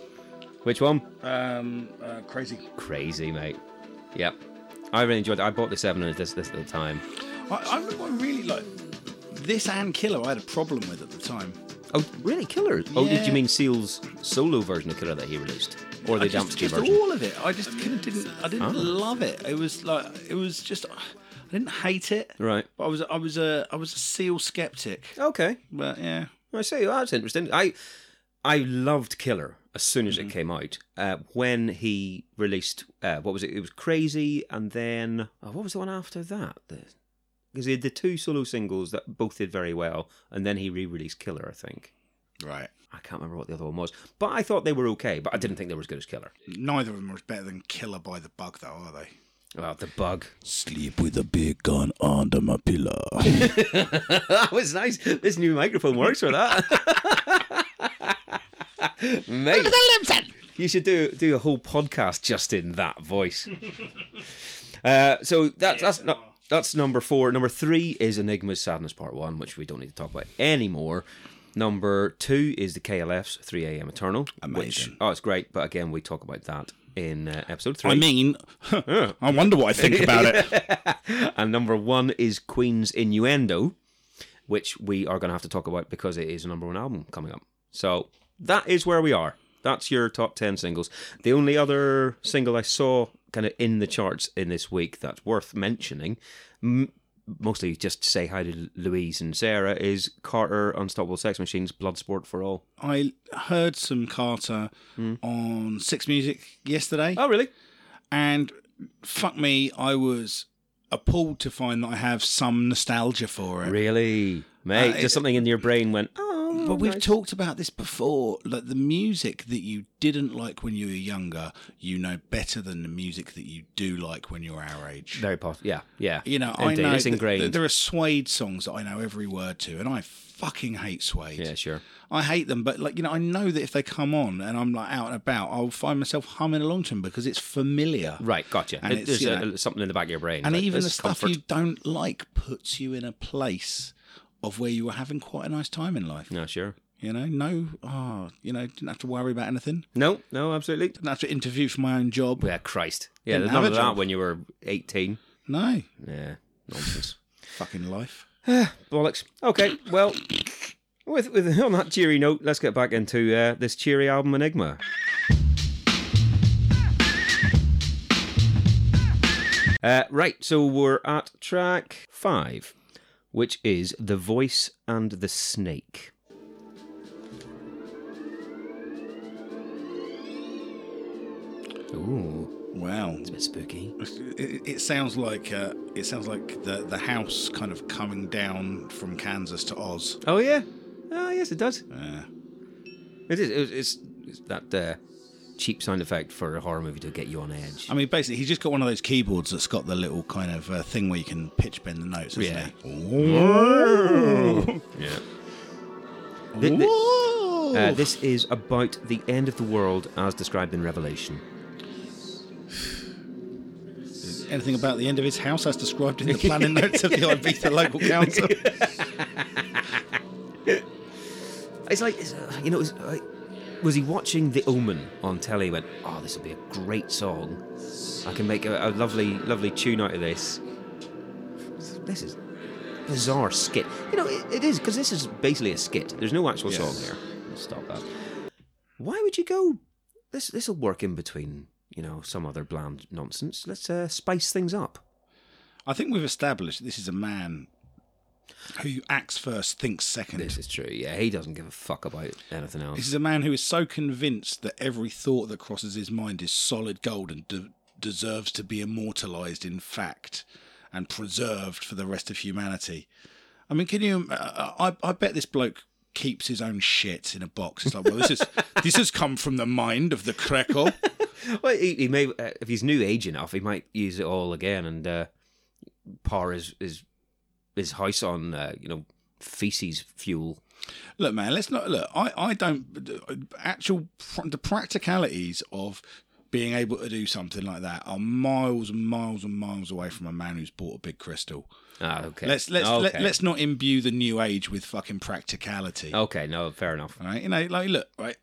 Speaker 2: Which one?
Speaker 3: Um, uh, crazy.
Speaker 2: Crazy, mate. Yep. I really enjoyed it. I bought the seven at this this little time.
Speaker 3: I, I remember I really like this and Killer. I had a problem with at the time.
Speaker 2: Oh, really? Killer? Oh, did
Speaker 3: Yeah.
Speaker 2: you mean Seal's solo version of Killer that he released, or the
Speaker 3: I just,
Speaker 2: Dempsey
Speaker 3: just
Speaker 2: version?
Speaker 3: all of it. I just kind of didn't. I didn't love it. It was like it was just. I didn't hate it.
Speaker 2: Right.
Speaker 3: But I was I was a I was a Seal skeptic.
Speaker 2: Okay.
Speaker 3: But yeah.
Speaker 2: I see. Well, that's interesting. I I loved Killer as soon as it came out. Uh, when he released, uh, what was it? It was Crazy, and then oh, what was the one after that? Because he had the two solo singles that both did very well, and then he re-released Killer, I think.
Speaker 3: Right.
Speaker 2: I can't remember what the other one was, but I thought they were okay. But I didn't think they were as good as Killer.
Speaker 3: Neither of them are better than Killer by the Bug, though, are they?
Speaker 2: Well, the bug.
Speaker 3: Sleep with a big gun under my pillow.
Speaker 2: that was nice. This new microphone works for that. Mate, you should do do a whole podcast just in that voice. Uh, so that's that's not. That's number four. Number three is Enigma's Sadness Part One, which we don't need to talk about anymore. Number two is the KLF's 3 AM Eternal. Which,
Speaker 3: Amazing.
Speaker 2: oh, it's great. But again, we talk about that in uh, episode three.
Speaker 3: I mean, I wonder what I think about it.
Speaker 2: And number one is Queen's Innuendo, which we are going to have to talk about because it is a number one album coming up. So that is where we are. That's your top 10 singles. The only other single I saw kind of in the charts in this week that's worth mentioning, m- mostly just to say hi to Louise and Sarah, is Carter Unstoppable Sex Machines Bloodsport for All.
Speaker 3: I heard some Carter on Six Music yesterday,
Speaker 2: Oh, really?
Speaker 3: and fuck me, I was appalled to find that I have some nostalgia for it.
Speaker 2: Really? Mate, just something in your brain went,
Speaker 3: Uh,
Speaker 2: oh.
Speaker 3: But we've talked about this before. Like the music that you didn't like when you were younger, you know better than the music that you do like when you're our age.
Speaker 2: Very possible. Yeah, yeah.
Speaker 3: You know,
Speaker 2: Indeed,
Speaker 3: I know
Speaker 2: it's
Speaker 3: that-
Speaker 2: ingrained.
Speaker 3: that there are Suede songs that I know every word to, and I fucking hate Suede.
Speaker 2: yeah, sure.
Speaker 3: I hate them, but like you know, I know that if they come on and I'm like out and about, I'll find myself humming along to them because it's familiar.
Speaker 2: Right, gotcha.
Speaker 3: And
Speaker 2: It-
Speaker 3: it's,
Speaker 2: There's
Speaker 3: you
Speaker 2: a-
Speaker 3: know-
Speaker 2: something in the back of your brain.
Speaker 3: And
Speaker 2: like,
Speaker 3: even
Speaker 2: this
Speaker 3: the
Speaker 2: is
Speaker 3: stuff
Speaker 2: comfort.
Speaker 3: you don't like puts you in a place of where you were having quite a nice time in life.
Speaker 2: No, sure.
Speaker 3: You know, no, oh, you know, didn't have to worry about anything.
Speaker 2: No, no, absolutely.
Speaker 3: Didn't have to interview for my own job.
Speaker 2: Yeah, Christ. Yeah,
Speaker 3: Didn't
Speaker 2: there's
Speaker 3: have
Speaker 2: none
Speaker 3: a
Speaker 2: of that
Speaker 3: job.
Speaker 2: when you were 18.
Speaker 3: No,
Speaker 2: Yeah, nonsense.
Speaker 3: fucking life.
Speaker 2: Bollocks. Okay, well, with, with on that cheery note, let's get back into uh, this cheery album Enigma. Uh, right, so we're at track five, which is The Voice and the Snake. Ooh,
Speaker 3: Wow,
Speaker 2: it's a bit spooky.
Speaker 3: it, it sounds like uh, it sounds like the the house kind of coming down from Kansas to Oz.
Speaker 2: Oh, yeah. Oh, yes, it does.
Speaker 3: Yeah.
Speaker 2: It is. It's, it's, it's that uh, cheap sound effect for a horror movie to get you on edge.
Speaker 3: I mean, basically, he's just got one of those keyboards that's got the little kind of uh, thing where you can pitch bend the notes, isn't
Speaker 2: Yeah.
Speaker 3: he? Ooh.
Speaker 2: yeah. Th- th- uh, this is about the end of the world as described in Revelation.
Speaker 3: Anything about the end of his house as described in the planning notes of the Ibiza local council?
Speaker 2: It's like, it's, uh, you know, it's like, was he watching The Omen on telly? He went, oh, this will be a great song. I can make a, a lovely, lovely tune out of this. This is bizarre skit. You know, it, it is because this is basically a skit. There's no actual
Speaker 3: Yes.
Speaker 2: song here. Let's stop that. Why would you go? This this will work in between. You know, some other bland nonsense. Let's uh, spice things up.
Speaker 3: I think we've established this is a man who acts first, thinks second.
Speaker 2: This is true. Yeah, he doesn't give a fuck about anything else.
Speaker 3: This is a man who is so convinced that every thought that crosses his mind is solid gold and de- deserves to be immortalized in fact and preserved for the rest of humanity. I mean, can you? Uh, I I bet this bloke keeps his own shit in a box. It's like, well, this is this has come from the mind of the Krekel.
Speaker 2: Well, he, he may uh, if he's new age enough, he might use it all again and uh, par his his his house on uh, you know feces fuel.
Speaker 3: Look, man, let's not look. I, I don't actual pr- the practicalities of being able to do something like that are miles and miles and miles away from a man who's bought a big crystal.
Speaker 2: Ah, okay.
Speaker 3: Let's let's
Speaker 2: okay. Oh.
Speaker 3: let, let's not imbue the new age with fucking practicality.
Speaker 2: Okay, no, fair enough.
Speaker 3: Right? You know, like look, right.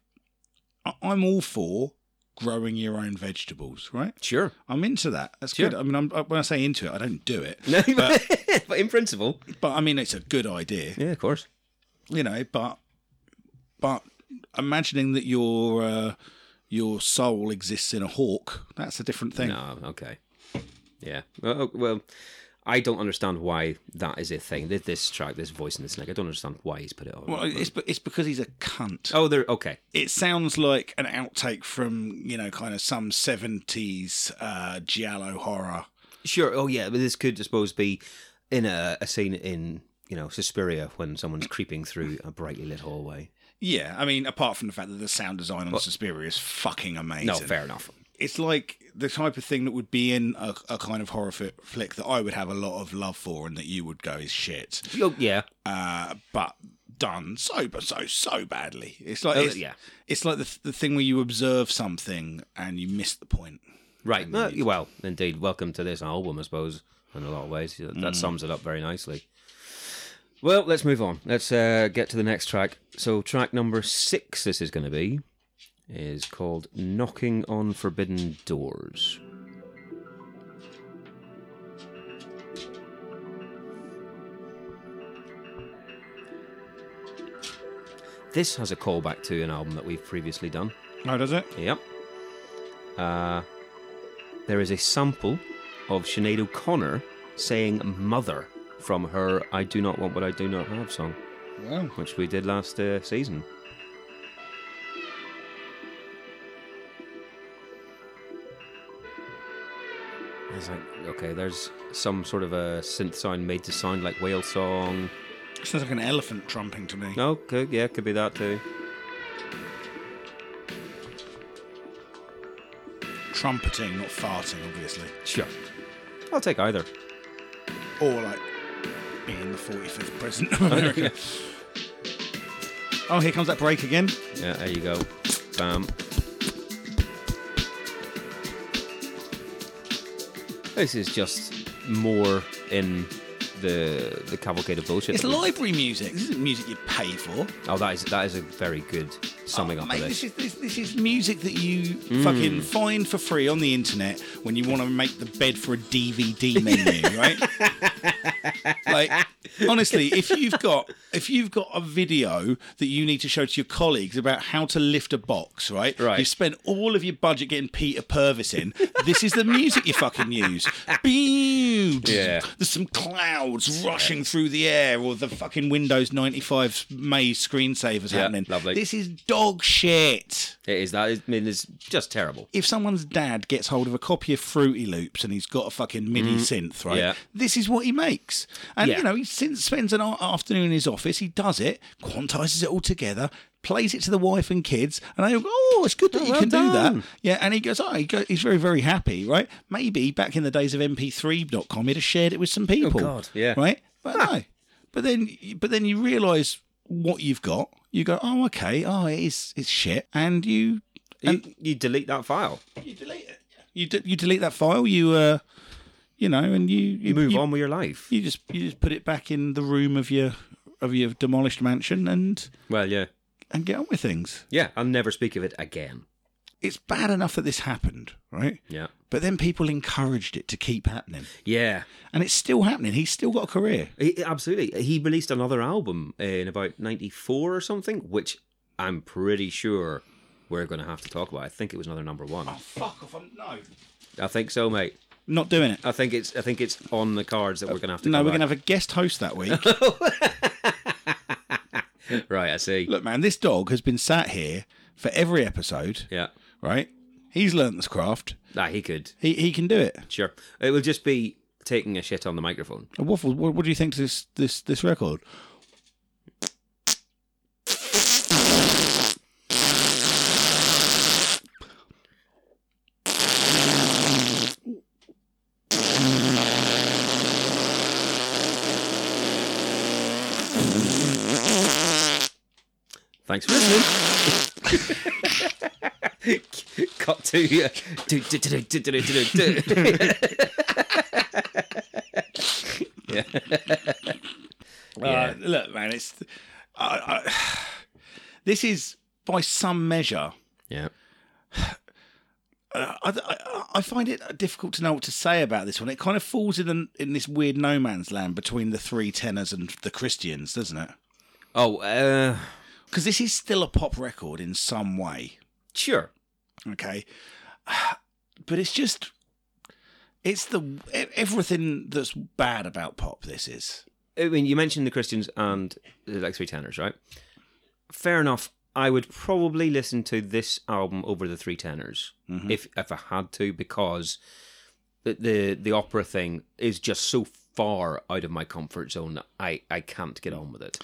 Speaker 3: I, I'm all for growing your own vegetables, right?
Speaker 2: Sure.
Speaker 3: I'm into that. That's
Speaker 2: Sure.
Speaker 3: good. I mean, I'm, when I say into it, I don't do it,
Speaker 2: No, but, but in principle,
Speaker 3: but I mean it's a good idea,
Speaker 2: yeah, of course.
Speaker 3: you know. But but imagining that your uh, your soul exists in a hawk, that's a different thing.
Speaker 2: No, okay. Yeah. Well, oh, well, I don't understand why that is a thing. This, this track, this voice in the snake, I don't understand why he's put it on.
Speaker 3: Well, it's be- it's because he's a cunt.
Speaker 2: oh, they're okay.
Speaker 3: It sounds like an outtake from you know kind of some seventies uh, giallo horror.
Speaker 2: Sure. Oh, yeah. But this could, I suppose, be in a, a scene in you know Suspiria when someone's creeping through a brightly lit hallway.
Speaker 3: Yeah, I mean, apart from the fact that the sound design on Suspiria is fucking amazing.
Speaker 2: No, fair enough.
Speaker 3: It's like the type of thing that would be in a, a kind of horror fi- flick that I would have a lot of love for, and that you would go is shit.
Speaker 2: Oh, yeah.
Speaker 3: uh, but done so but so so badly. It's like
Speaker 2: Oh,
Speaker 3: it's,
Speaker 2: yeah.
Speaker 3: it's like the, th- the thing where you observe something and you miss the point.
Speaker 2: Right. Uh, well, indeed. Welcome to this album, I suppose, in a lot of ways. That that sums it up very nicely. Well, let's move on. Let's uh, get to the next track. So, track number six, this is going to be, is called Knocking on Forbidden Doors. This has a callback to an album that we've previously done.
Speaker 3: Oh, does it?
Speaker 2: Yep. Uh, there is a sample of Sinead O'Connor saying mother from her I Do Not Want What I Do Not Have song,
Speaker 3: Wow.
Speaker 2: which we did last uh, season. It's like, okay, there's some sort of a synth sound made to sound like whale song.
Speaker 3: Sounds like an elephant trumping to me.
Speaker 2: No, could, yeah, could be that too.
Speaker 3: Trumpeting, not farting, obviously.
Speaker 2: Sure. I'll take either.
Speaker 3: Or like being the 45th president of America. oh, here comes that break again.
Speaker 2: Yeah, there you go. Bam. This is just more in the the cavalcade of bullshit.
Speaker 3: It's
Speaker 2: that we-
Speaker 3: library music. This isn't music you pay for.
Speaker 2: Oh, that is that is a very good summing
Speaker 3: Oh,
Speaker 2: up
Speaker 3: mate,
Speaker 2: of this. Hmm.
Speaker 3: this. is this, this is music that you fucking find for free on the internet when you want to make the bed for a DVD menu, right? like honestly, if you've got if you've got a video that you need to show to your colleagues about how to lift a box, right?
Speaker 2: Right.
Speaker 3: You've spent all of your budget getting Peter Purvis in. this is the music you fucking use. Beam.
Speaker 2: Yeah.
Speaker 3: There's some clouds rushing through the air, or the fucking Windows 95 maze screensavers
Speaker 2: Yeah,
Speaker 3: happening.
Speaker 2: lovely.
Speaker 3: This is dog shit.
Speaker 2: It is that. is- I mean, it's just terrible.
Speaker 3: If someone's dad gets hold of a copy of Fruity Loops and he's got a fucking MIDI synth, right?
Speaker 2: Mm-hmm. Yeah.
Speaker 3: This is what he makes. And,
Speaker 2: Yeah.
Speaker 3: you know, he sin- spends an a- afternoon in his office, he does it, quantizes it all together, plays it to the wife and kids, and they all go, oh, it's good that you
Speaker 2: well
Speaker 3: can do
Speaker 2: done.
Speaker 3: that. Yeah, and he goes, oh, he go- he's very, very happy, right? Maybe back in the days of mp3.com, he'd have shared it with some people.
Speaker 2: Oh, God, yeah.
Speaker 3: Right? But no. But then, but then you realise what you've got. You go, oh, okay, oh, it is, it's shit. And you Um,
Speaker 2: You, you delete that file.
Speaker 3: you delete it. You de- you delete that file. You uh, you know, and you you
Speaker 2: You move
Speaker 3: you,
Speaker 2: on with your life.
Speaker 3: You just you just put it back in the room of your of your demolished mansion and
Speaker 2: Well, yeah,
Speaker 3: and get on with things.
Speaker 2: yeah. I'll never speak of it again.
Speaker 3: It's bad enough that this happened, right?
Speaker 2: Yeah,
Speaker 3: But then people encouraged it to keep happening,
Speaker 2: yeah.
Speaker 3: and it's still happening. He's still got a career.
Speaker 2: He, absolutely. He released another album in about 94 or something, which I'm pretty sure we're going to have to talk about. I think it was another number one.
Speaker 3: Oh, fuck off! I'm, no,
Speaker 2: I think so, mate.
Speaker 3: not doing it.
Speaker 2: I think it's I think it's on the cards that we're going to have to
Speaker 3: No,
Speaker 2: come
Speaker 3: we're
Speaker 2: back.
Speaker 3: gonna have a guest host that week.
Speaker 2: Right, I see.
Speaker 3: Look, man, this dog has been sat here for every episode,
Speaker 2: Yeah.
Speaker 3: right? He's learnt this craft.
Speaker 2: Nah, he could.
Speaker 3: He he can do it.
Speaker 2: Sure. It will just be taking a shit on the microphone.
Speaker 3: And Waffles, what, what do you think to this this this record?
Speaker 2: Thanks for listening. Cut to uh, do, do, do, do, do, do, do, do, do. Yeah.
Speaker 3: Uh, look, man, it's I I this is by some measure.
Speaker 2: Yeah.
Speaker 3: Uh, I, I, I find it difficult to know what to say about this one. It kind of falls in an, in this weird no man's land between the three tenors and the Christians, doesn't it?
Speaker 2: Oh, uh,
Speaker 3: Because this is still a pop record in some way,
Speaker 2: sure.
Speaker 3: okay? But it's just It's the e- everything that's bad about pop. This is
Speaker 2: I mean, you mentioned the Christians and the like three tenors, right? Fair enough. I would probably listen to this album over the three tenors if if I had to, because the, the the opera thing is just so far out of my comfort zone. that I I can't get on with it.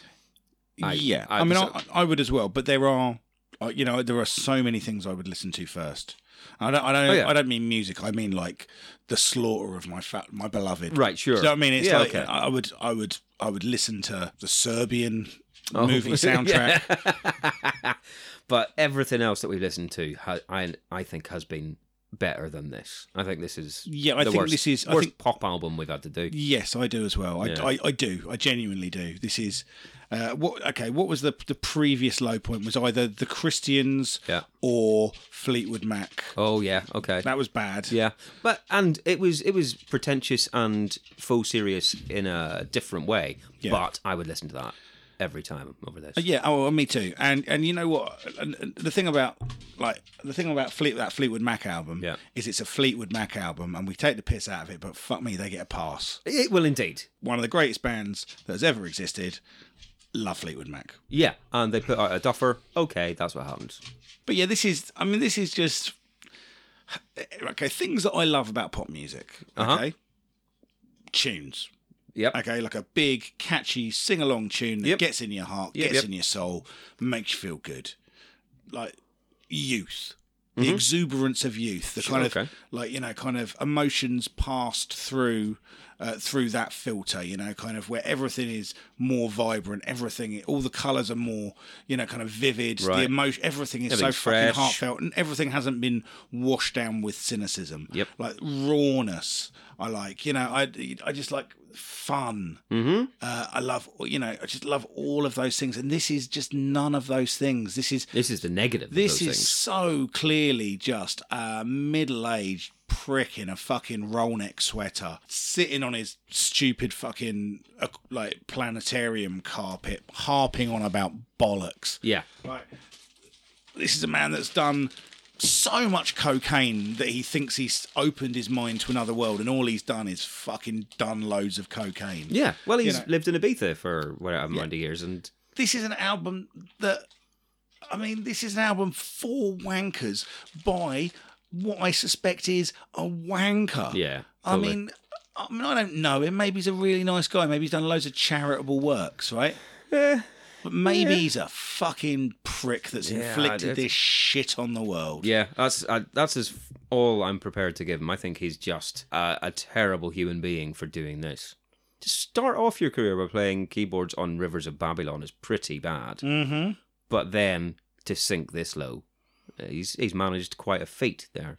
Speaker 2: I-
Speaker 3: yeah. I,
Speaker 2: I-
Speaker 3: mean,
Speaker 2: so-
Speaker 3: I, I would as well, but there are, uh, you know, there are so many things I would listen to first. I don't, I don't,
Speaker 2: Oh, yeah.
Speaker 3: I don't mean music. I mean like the slaughter of my fa- my beloved.
Speaker 2: Right, sure.
Speaker 3: Do you know what I mean? It's
Speaker 2: Yeah,
Speaker 3: like
Speaker 2: okay.
Speaker 3: I would, I would, I would listen to the Serbian
Speaker 2: Oh,
Speaker 3: movie
Speaker 2: yeah.
Speaker 3: soundtrack.
Speaker 2: but everything else that we've listened to, ha- I I think has been better than this. I think this is
Speaker 3: Yeah, I
Speaker 2: the
Speaker 3: think
Speaker 2: worst-
Speaker 3: this is- I
Speaker 2: worst
Speaker 3: think-
Speaker 2: pop album we've had to do.
Speaker 3: Yes, I do as well. I,
Speaker 2: Yeah.
Speaker 3: I, I do. I genuinely do. This is uh, what okay. What was the the previous low point? Was either the Christians
Speaker 2: Yeah.
Speaker 3: or Fleetwood Mac.
Speaker 2: Oh yeah, okay.
Speaker 3: That was bad.
Speaker 2: Yeah, but and it was it was pretentious and faux serious in a different way.
Speaker 3: Yeah.
Speaker 2: But I would listen to that every time over this.
Speaker 3: Yeah, oh, me too. And and you know what? And, and the thing about like the thing about Fleet that Fleetwood Mac album
Speaker 2: Yeah.
Speaker 3: is it's a Fleetwood Mac album, and we take the piss out of it, but fuck me, they get a pass.
Speaker 2: It will indeed.
Speaker 3: One of the greatest bands that has ever existed. Love Fleetwood Mac.
Speaker 2: Yeah, and they put out a duffer. Okay, that's what happens.
Speaker 3: But yeah, this is. I mean, this is just okay. Things that I love about pop music.
Speaker 2: Uh-huh.
Speaker 3: Okay, tunes.
Speaker 2: Yep.
Speaker 3: Okay, like a big, catchy sing-along tune that
Speaker 2: Yep.
Speaker 3: gets in your heart,
Speaker 2: Yep,
Speaker 3: gets
Speaker 2: yep.
Speaker 3: in your soul, makes you feel good. Like youth, the exuberance of youth, the kind of
Speaker 2: Mm-hmm. okay.
Speaker 3: like you know, kind of emotions passed through uh, through that filter. You know, kind of where everything is more vibrant, everything, all the colours are more, you know, kind of vivid. The
Speaker 2: Right.
Speaker 3: emotion, everything is so
Speaker 2: Everything's
Speaker 3: fucking
Speaker 2: fresh.
Speaker 3: heartfelt, and everything hasn't been washed down with cynicism.
Speaker 2: Yep.
Speaker 3: like rawness. I like, you know, I I just like fun.
Speaker 2: Mm-hmm.
Speaker 3: Uh, I love, you know, I just love all of those things, and this is just none of those things. This is
Speaker 2: This is the negative. of
Speaker 3: this
Speaker 2: those
Speaker 3: is so clearly just a middle-aged prick in a fucking roll neck sweater sitting on his stupid fucking uh, like planetarium carpet harping on about bollocks
Speaker 2: Things. Yeah.
Speaker 3: like this is a man that's done so much cocaine that he thinks he's opened his mind to another world and all he's done is fucking done loads of cocaine
Speaker 2: Yeah. Well, he's
Speaker 3: know.
Speaker 2: lived in Ibiza for whatever amount of years, and
Speaker 3: this is an album that I mean, this is an album for wankers by what I suspect is a wanker.
Speaker 2: yeah.
Speaker 3: I
Speaker 2: totally.
Speaker 3: mean, I mean, I don't know him. Maybe he's a really nice guy. Maybe he's done loads of charitable works, right? But maybe he's a fucking prick that's
Speaker 2: Yeah,
Speaker 3: inflicted
Speaker 2: it's-
Speaker 3: this shit on the world.
Speaker 2: Yeah, that's I, that's as f- all I'm prepared to give him. I think he's just a, a terrible human being for doing this. To start off your career by playing keyboards on Rivers of Babylon is pretty bad,
Speaker 3: Mm-hmm.
Speaker 2: but then to sink this low, uh, he's he's managed quite a feat there.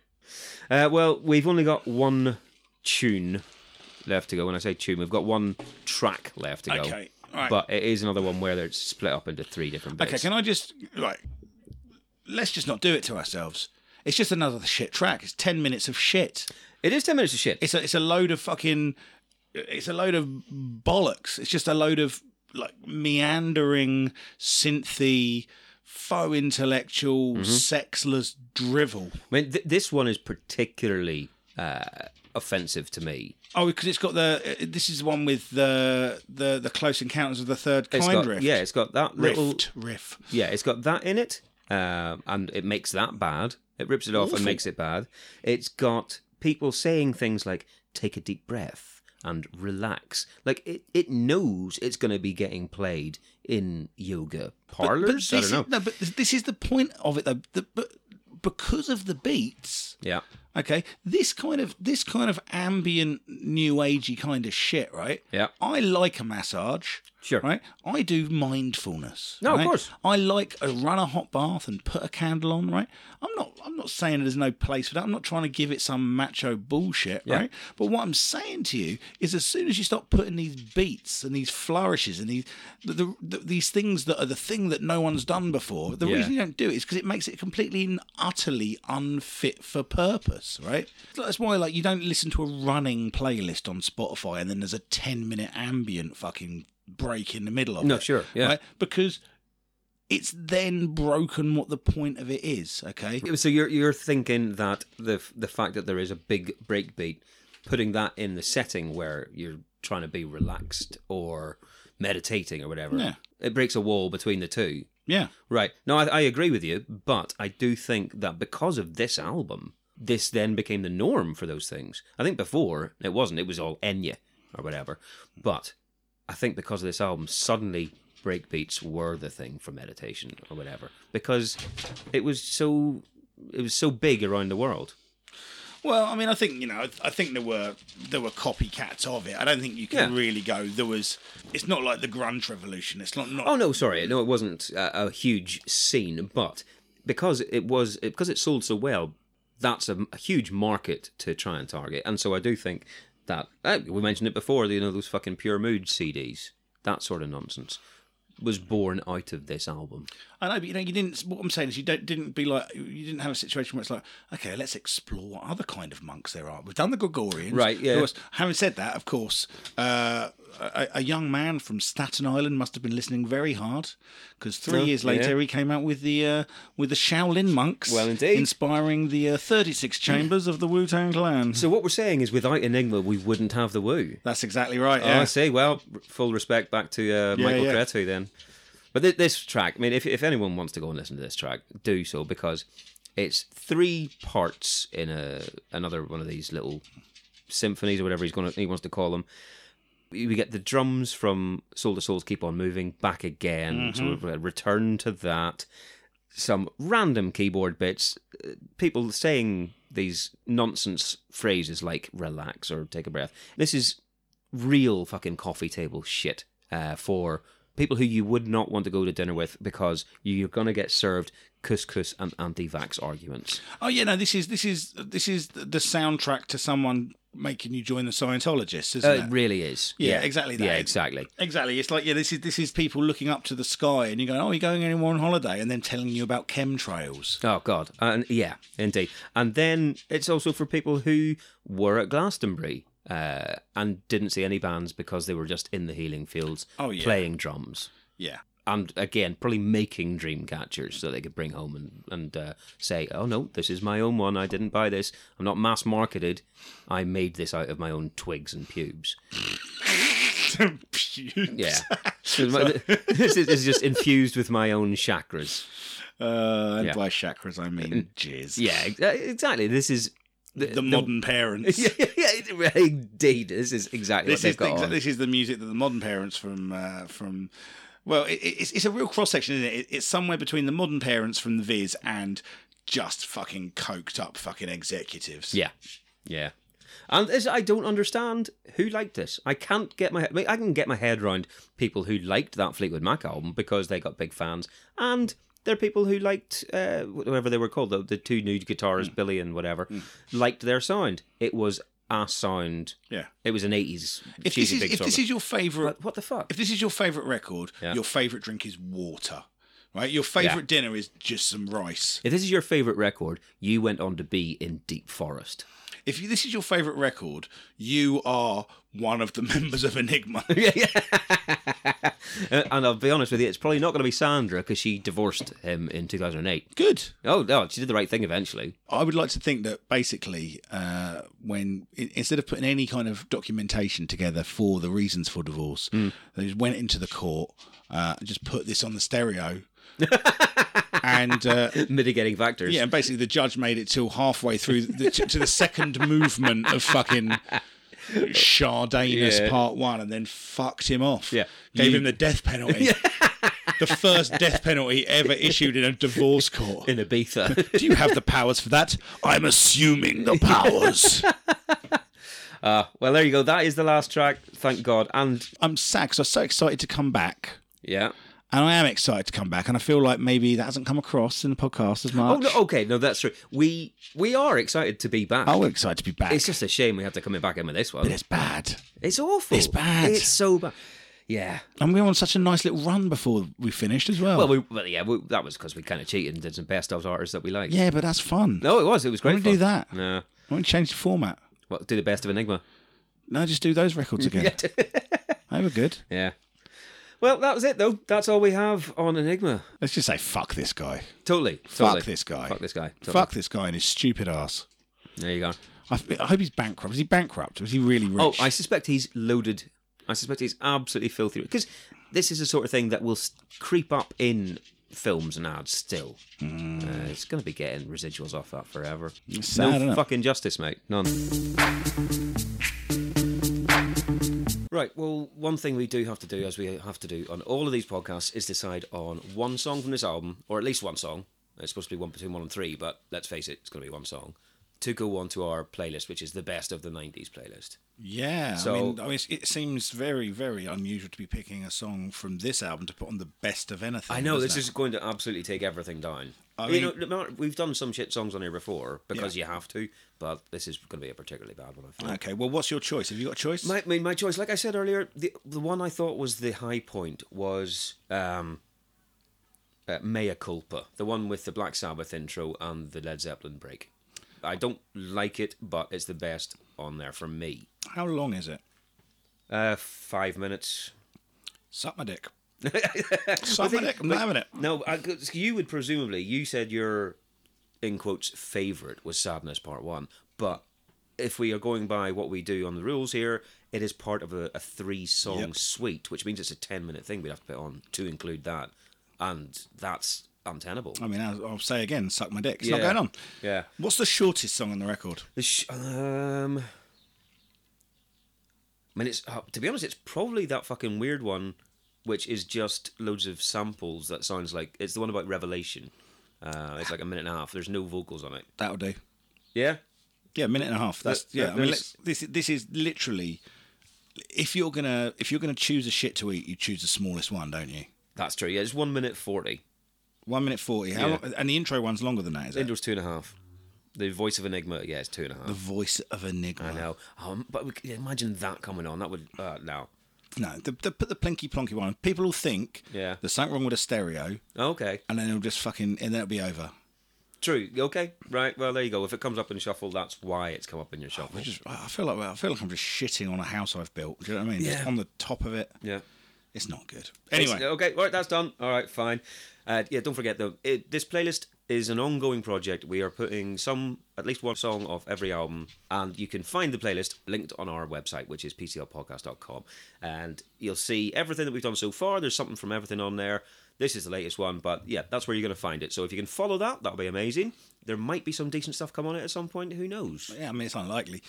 Speaker 2: Uh, well, we've only got one tune left to go. When I say tune, we've got one track left to go.
Speaker 3: Okay. All right.
Speaker 2: But it is another one where it's split up into three different bits.
Speaker 3: okay. Can I just like? Let's just not do it to ourselves. It's just another shit track. It's ten minutes of shit.
Speaker 2: It is ten minutes of shit.
Speaker 3: it's a it's a load of fucking it's a load of bollocks. It's just a load of like meandering synthy faux intellectual
Speaker 2: Mm-hmm.
Speaker 3: sexless drivel.
Speaker 2: I mean, th- this one is particularly uh, offensive to me.
Speaker 3: Oh, because it's got the uh, this is the one with the the the close encounters of the third kind
Speaker 2: It's got,
Speaker 3: rift.
Speaker 2: Yeah, it's got that
Speaker 3: rift
Speaker 2: little.
Speaker 3: riff.
Speaker 2: Yeah, it's got that in it, um, and it makes that bad. It rips it off and makes it bad. It's got people saying things like "take a deep breath" and "relax." Like it, it knows it's going to be getting played in yoga
Speaker 3: But- but
Speaker 2: parlors.
Speaker 3: this
Speaker 2: I don't
Speaker 3: is-
Speaker 2: know.
Speaker 3: no, but th- this is the point of it though. The, but because of the beats,
Speaker 2: Yeah,
Speaker 3: okay, this kind of this kind of ambient new agey kind of shit, right?
Speaker 2: yeah,
Speaker 3: I like a massage.
Speaker 2: Sure.
Speaker 3: Right? I do mindfulness.
Speaker 2: No, of
Speaker 3: right?
Speaker 2: course.
Speaker 3: I like a run a hot bath and put a candle on, right? I'm not I'm not saying there's no place for that. I'm not trying to give it some macho bullshit,
Speaker 2: Yeah.
Speaker 3: right? But what I'm saying to you is as soon as you start putting these beats and these flourishes and these the, the, the, these things that are the thing that no one's done before, the
Speaker 2: Yeah.
Speaker 3: reason you don't do it is because it makes it completely and utterly unfit for purpose, right? That's why like you don't listen to a running playlist on Spotify and then there's a 10 minute ambient fucking break in the middle of
Speaker 2: No,
Speaker 3: it.
Speaker 2: sure, yeah.
Speaker 3: right? Because it's then broken what the point of it is, okay?
Speaker 2: So you're you're thinking that the the fact that there is a big breakbeat putting that in the setting where you're trying to be relaxed or meditating or whatever,
Speaker 3: Yeah.
Speaker 2: it breaks a wall between the two.
Speaker 3: Yeah.
Speaker 2: Right. No, I, I agree with you, but I do think that because of this album, this then became the norm for those things. I think before it wasn't. It was all Enya or whatever. But I think because of this album, suddenly breakbeats were the thing for meditation or whatever because it was so it was so big around the world.
Speaker 3: Well, I mean, I think you know, I think there were there were copycats of it. I don't think you can
Speaker 2: Yeah.
Speaker 3: really go. There was. It's not like the grunge revolution. It's not not.
Speaker 2: Oh no, sorry, no, it wasn't a, a huge scene, but because it was it, because it sold so well, that's a, a huge market to try and target, and so I do think that uh, we mentioned it before. You know those fucking pure mood CDs, that sort of nonsense, was born out of this album.
Speaker 3: I know, but you know, you didn't. What I'm saying is, you don't didn't be like you didn't have a situation where it's like, okay, let's explore what other kind of monks there are. We've done the Gregorians,
Speaker 2: Right, yeah.
Speaker 3: Of course, having said that, of course, uh, a, a young man from Staten Island must have been listening very hard because three
Speaker 2: Oh,
Speaker 3: years later
Speaker 2: yeah.
Speaker 3: he came out with the uh, with the Shaolin monks.
Speaker 2: Well, indeed.
Speaker 3: inspiring the uh, 36 chambers of the Wu Tang Clan.
Speaker 2: So what we're saying is, without Enigma, we wouldn't have the Woo.
Speaker 3: That's exactly right.
Speaker 2: Oh, I
Speaker 3: Yeah.
Speaker 2: see. Well, r- full respect back to
Speaker 3: Yeah,
Speaker 2: uh, Michael
Speaker 3: yeah.
Speaker 2: Cretu then. But th- this track, I mean, if, if anyone wants to go and listen to this track, do so because it's three parts in a another one of these little symphonies or whatever he's going to he wants to call them. We we get the drums from Soul to Souls keep on moving back again.
Speaker 3: Mm-hmm.
Speaker 2: So we've got a return to that. Some random keyboard bits, uh, people saying these nonsense phrases like relax or take a breath. This is real fucking coffee table shit uh, for people who you would not want to go to dinner with because you're going to get served couscous and anti-vax arguments.
Speaker 3: Oh yeah, no, this is this is this is the the soundtrack to someone making you join the Scientologists, isn't
Speaker 2: Uh,
Speaker 3: it?
Speaker 2: it really is.
Speaker 3: Yeah, exactly that.
Speaker 2: Yeah, exactly.
Speaker 3: Exactly. It's like yeah, this is this is people looking up to the sky and you're going, Oh, you're going anywhere on holiday and then telling you about chemtrails.
Speaker 2: Oh God, and yeah, indeed. And then it's also for people who were at Glastonbury uh, and didn't see any bands because they were just in the healing fields
Speaker 3: Oh, yeah.
Speaker 2: playing drums.
Speaker 3: Yeah.
Speaker 2: and again probably making dream catchers so they could bring home and, and uh, say oh no this is my own one i didn't buy this i'm not mass marketed i made this out of my own twigs and pubes
Speaker 3: Uh,
Speaker 2: yeah this is this is just infused with my own chakras
Speaker 3: Uh, and
Speaker 2: Yeah.
Speaker 3: by chakras I mean jizz.
Speaker 2: yeah ex- exactly this is
Speaker 3: The, modern parents.
Speaker 2: yeah, yeah, indeed this is exactly
Speaker 3: This
Speaker 2: what
Speaker 3: is
Speaker 2: they've
Speaker 3: the,
Speaker 2: got
Speaker 3: exa-
Speaker 2: on.
Speaker 3: this is the music that the modern parents from uh, from well, it, it- it's it's a real cross section, isn't it? it? It's somewhere between the modern parents from the Viz and just fucking coked up fucking executives.
Speaker 2: Yeah, yeah. And this, I don't understand who liked this. I can't get my I, mean, I can get my head around people who liked that Fleetwood Mac album because they got big fans, and there are people who liked uh, whatever they were called the, the two nude guitarists,
Speaker 3: Mm.
Speaker 2: Billy and whatever, liked their sound. It was a sound.
Speaker 3: Yeah.
Speaker 2: It was an eighties
Speaker 3: If this
Speaker 2: cheesy
Speaker 3: is
Speaker 2: big
Speaker 3: if
Speaker 2: song.
Speaker 3: this is your favourite
Speaker 2: what the fuck?
Speaker 3: if this is your favorite record,
Speaker 2: Yeah.
Speaker 3: your favorite drink is water, right? Your favorite dinner is just some rice.
Speaker 2: If this is your favorite record, you went on to be in Deep Forest.
Speaker 3: If you, this is your favorite record, you are one of the members of Enigma.
Speaker 2: yeah, yeah. and I'll be honest with you, it's probably not going to be Sandra because she divorced him in 2008.
Speaker 3: Good.
Speaker 2: Oh no, she did the right thing eventually.
Speaker 3: I would like to think that basically, uh, when i- instead of putting any kind of documentation together for the reasons for divorce, they just went into the court, uh, and just put this on the stereo, and uh,
Speaker 2: Mitigating factors.
Speaker 3: Yeah, and basically the judge made it till halfway through the, to, to the second movement of fucking Chardanus
Speaker 2: Yeah.
Speaker 3: Part One, and then fucked him off.
Speaker 2: Yeah.
Speaker 3: gave
Speaker 2: You-
Speaker 3: him the death penalty. The first death penalty ever issued in a divorce court.
Speaker 2: In Ibiza.
Speaker 3: Do you have the powers for that? I'm assuming the powers.
Speaker 2: uh, well, there you go. That is the last track. Thank God. And
Speaker 3: I'm sad 'cause I'm so excited to come back.
Speaker 2: yeah.
Speaker 3: And I am excited to come back. And I feel like maybe that hasn't come across in the podcast as much.
Speaker 2: Oh no. Okay. No, that's true. We we are excited to be back.
Speaker 3: Oh, we're excited to be back.
Speaker 2: It's just a shame we have to come in back in with this one.
Speaker 3: it's bad.
Speaker 2: It's awful.
Speaker 3: it's bad.
Speaker 2: It's so bad. Yeah.
Speaker 3: And we were on such a nice little run before we finished as well.
Speaker 2: Well, we, well yeah. We, that was because we kind of cheated and did some best of artists that we liked.
Speaker 3: yeah, but that's fun.
Speaker 2: No, it was. It was great.
Speaker 3: Why don't we do
Speaker 2: fun.
Speaker 3: that?
Speaker 2: No.
Speaker 3: I want to change the format.
Speaker 2: Well, do the best of Enigma.
Speaker 3: No, just do those records again. they were good.
Speaker 2: Yeah. Well, that was it though. That's all we have on Enigma.
Speaker 3: Let's just say fuck this guy.
Speaker 2: Totally. totally.
Speaker 3: Fuck this guy.
Speaker 2: Fuck this guy. Totally.
Speaker 3: Fuck this guy and his stupid ass.
Speaker 2: There you go.
Speaker 3: I, I hope he's bankrupt. Was he bankrupt? Was he really rich?
Speaker 2: Oh, I suspect he's loaded. I suspect he's absolutely filthy because this is the sort of thing that will s- creep up in films and ads. Still, uh, it's going to be getting residuals off that forever.
Speaker 3: Mm. sad, isn't
Speaker 2: no
Speaker 3: it?
Speaker 2: fucking justice, mate. None. Right. Well, one thing we do have to do, as we have to do on all of these podcasts, is decide on one song from this album, or at least one song. It's supposed to be one between one and three, but let's face it, it's going to be one song to go on to our playlist, which is the best of the '90s playlist.
Speaker 3: Yeah,
Speaker 2: So-
Speaker 3: I mean, I mean, it's- it seems very, very unusual to be picking a song from this album to put on the best of anything.
Speaker 2: I know
Speaker 3: doesn't
Speaker 2: this
Speaker 3: it?
Speaker 2: is going to absolutely take everything down.
Speaker 3: I
Speaker 2: you
Speaker 3: mean-
Speaker 2: know, no matter- we've done some shit songs on here before because
Speaker 3: Yeah.
Speaker 2: you have to, but this is going to be a particularly bad one. I feel.
Speaker 3: Okay, well, what's your choice? Have you got a choice?
Speaker 2: My, I mean, my choice, like I said earlier, the the one I thought was the high point was um, uh, Mea Culpa, the one with the Black Sabbath intro and the Led Zeppelin break. I don't like it, but it's the best on there for me.
Speaker 3: How long is it?
Speaker 2: Uh, five minutes.
Speaker 3: Suck my dick. Suck my dick. I'm not having it.
Speaker 2: No, I, 'cause you would presumably. You said your, in quotes, favorite was Sadness Part One, but if we are going by what we do on the rules here, it is part of a, a three-song
Speaker 3: Yep.
Speaker 2: suite, which means it's a ten-minute thing we'd have to put on to include that, and that's untenable.
Speaker 3: I mean, I'll, I'll say again, suck my dick. It's not
Speaker 2: Yeah.
Speaker 3: going on.
Speaker 2: Yeah.
Speaker 3: What's the shortest song on the record?
Speaker 2: The sh- um, I mean, it's uh, to be honest, it's probably that fucking weird one, which is just loads of samples that sounds like it's the one about Revelation. Uh, it's like a minute and a half. There's no vocals on it.
Speaker 3: That'll do.
Speaker 2: Yeah,
Speaker 3: Yeah, a minute and a half. That's
Speaker 2: There-
Speaker 3: yeah. I mean,
Speaker 2: there's-
Speaker 3: let this this is literally if you're gonna if you're gonna choose a shit to eat, you choose the smallest one, don't you?
Speaker 2: that's true. Yeah, it's one minute forty.
Speaker 3: One minute forty. How
Speaker 2: Yeah.
Speaker 3: long, and the intro one's longer than that, is it?
Speaker 2: Indoors two and a half. The voice of Enigma. Yeah, it's two and a half.
Speaker 3: The voice of Enigma.
Speaker 2: I know. Um, but we, c- imagine that coming on. That would uh, no.
Speaker 3: No, the, the, put the plinky plonky one. on. People will think
Speaker 2: Yeah.
Speaker 3: there's something wrong with a stereo,
Speaker 2: Okay.
Speaker 3: and then it'll just fucking and then it'll be over.
Speaker 2: True. Okay. Right. Well, there you go. If it comes up in shuffle, that's why it's come up in your shuffle.
Speaker 3: I just I feel like I feel like I'm just shitting on a house I've built. Do you know what I mean?
Speaker 2: Yeah.
Speaker 3: Just on the top of it.
Speaker 2: Yeah.
Speaker 3: It's not good. Anyway,
Speaker 2: It's- okay, all right, that's done. All right, fine. Uh, yeah, don't forget though, it, this playlist is an ongoing project. We are putting some, at least one song off every album, and you can find the playlist linked on our website, which is pclpodcast.com. And you'll see everything that we've done so far. There's something from everything on there. This is the latest one, but yeah, that's where you're going to find it. So if you can follow that, that'll be amazing. There might be some decent stuff come on it at some point. Who knows?
Speaker 3: Yeah, I mean, it's unlikely.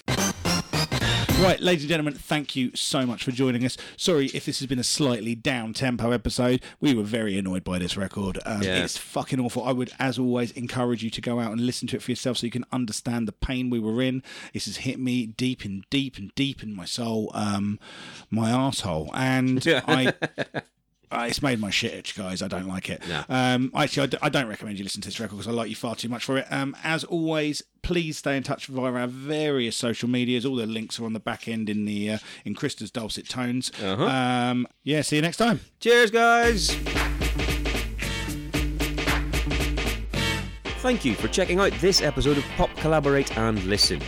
Speaker 3: Right, ladies and gentlemen, thank you so much for joining us. Sorry if this has been a slightly down tempo episode. We were very annoyed by this record. Um,
Speaker 2: Yeah.
Speaker 3: It's fucking awful. I would, as always, encourage you to go out and listen to it for yourself so you can understand the pain we were in. This has hit me deep and deep and deep in my soul, um, my asshole, and I. Uh, it's made my shit itch, guys. I don't like it. Um, actually, I, d- I don't recommend you listen to this record because I like you far too much for it. Um, as always, please stay in touch via our various social medias. All the links are on the back end in the uh, in Krista's dulcet tones. Um, yeah, see you next time.
Speaker 2: Cheers, guys! Thank you for checking out this episode of Pop Collaborate and Listen.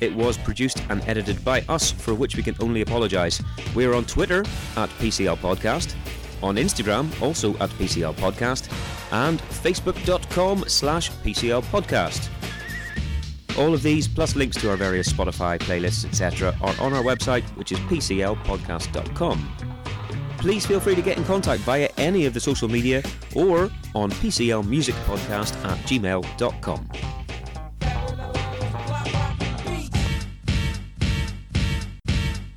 Speaker 2: It was produced and edited by us, for which we can only apologise. We are on Twitter at PCL Podcast, on Instagram also at PCL Podcast, and Facebook.com slash PCL Podcast. All of these, plus links to our various Spotify playlists, etc., are on our website, which is PCLpodcast.com please feel free to get in contact via any of the social media or on PCLmusicpodcast at gmail.com.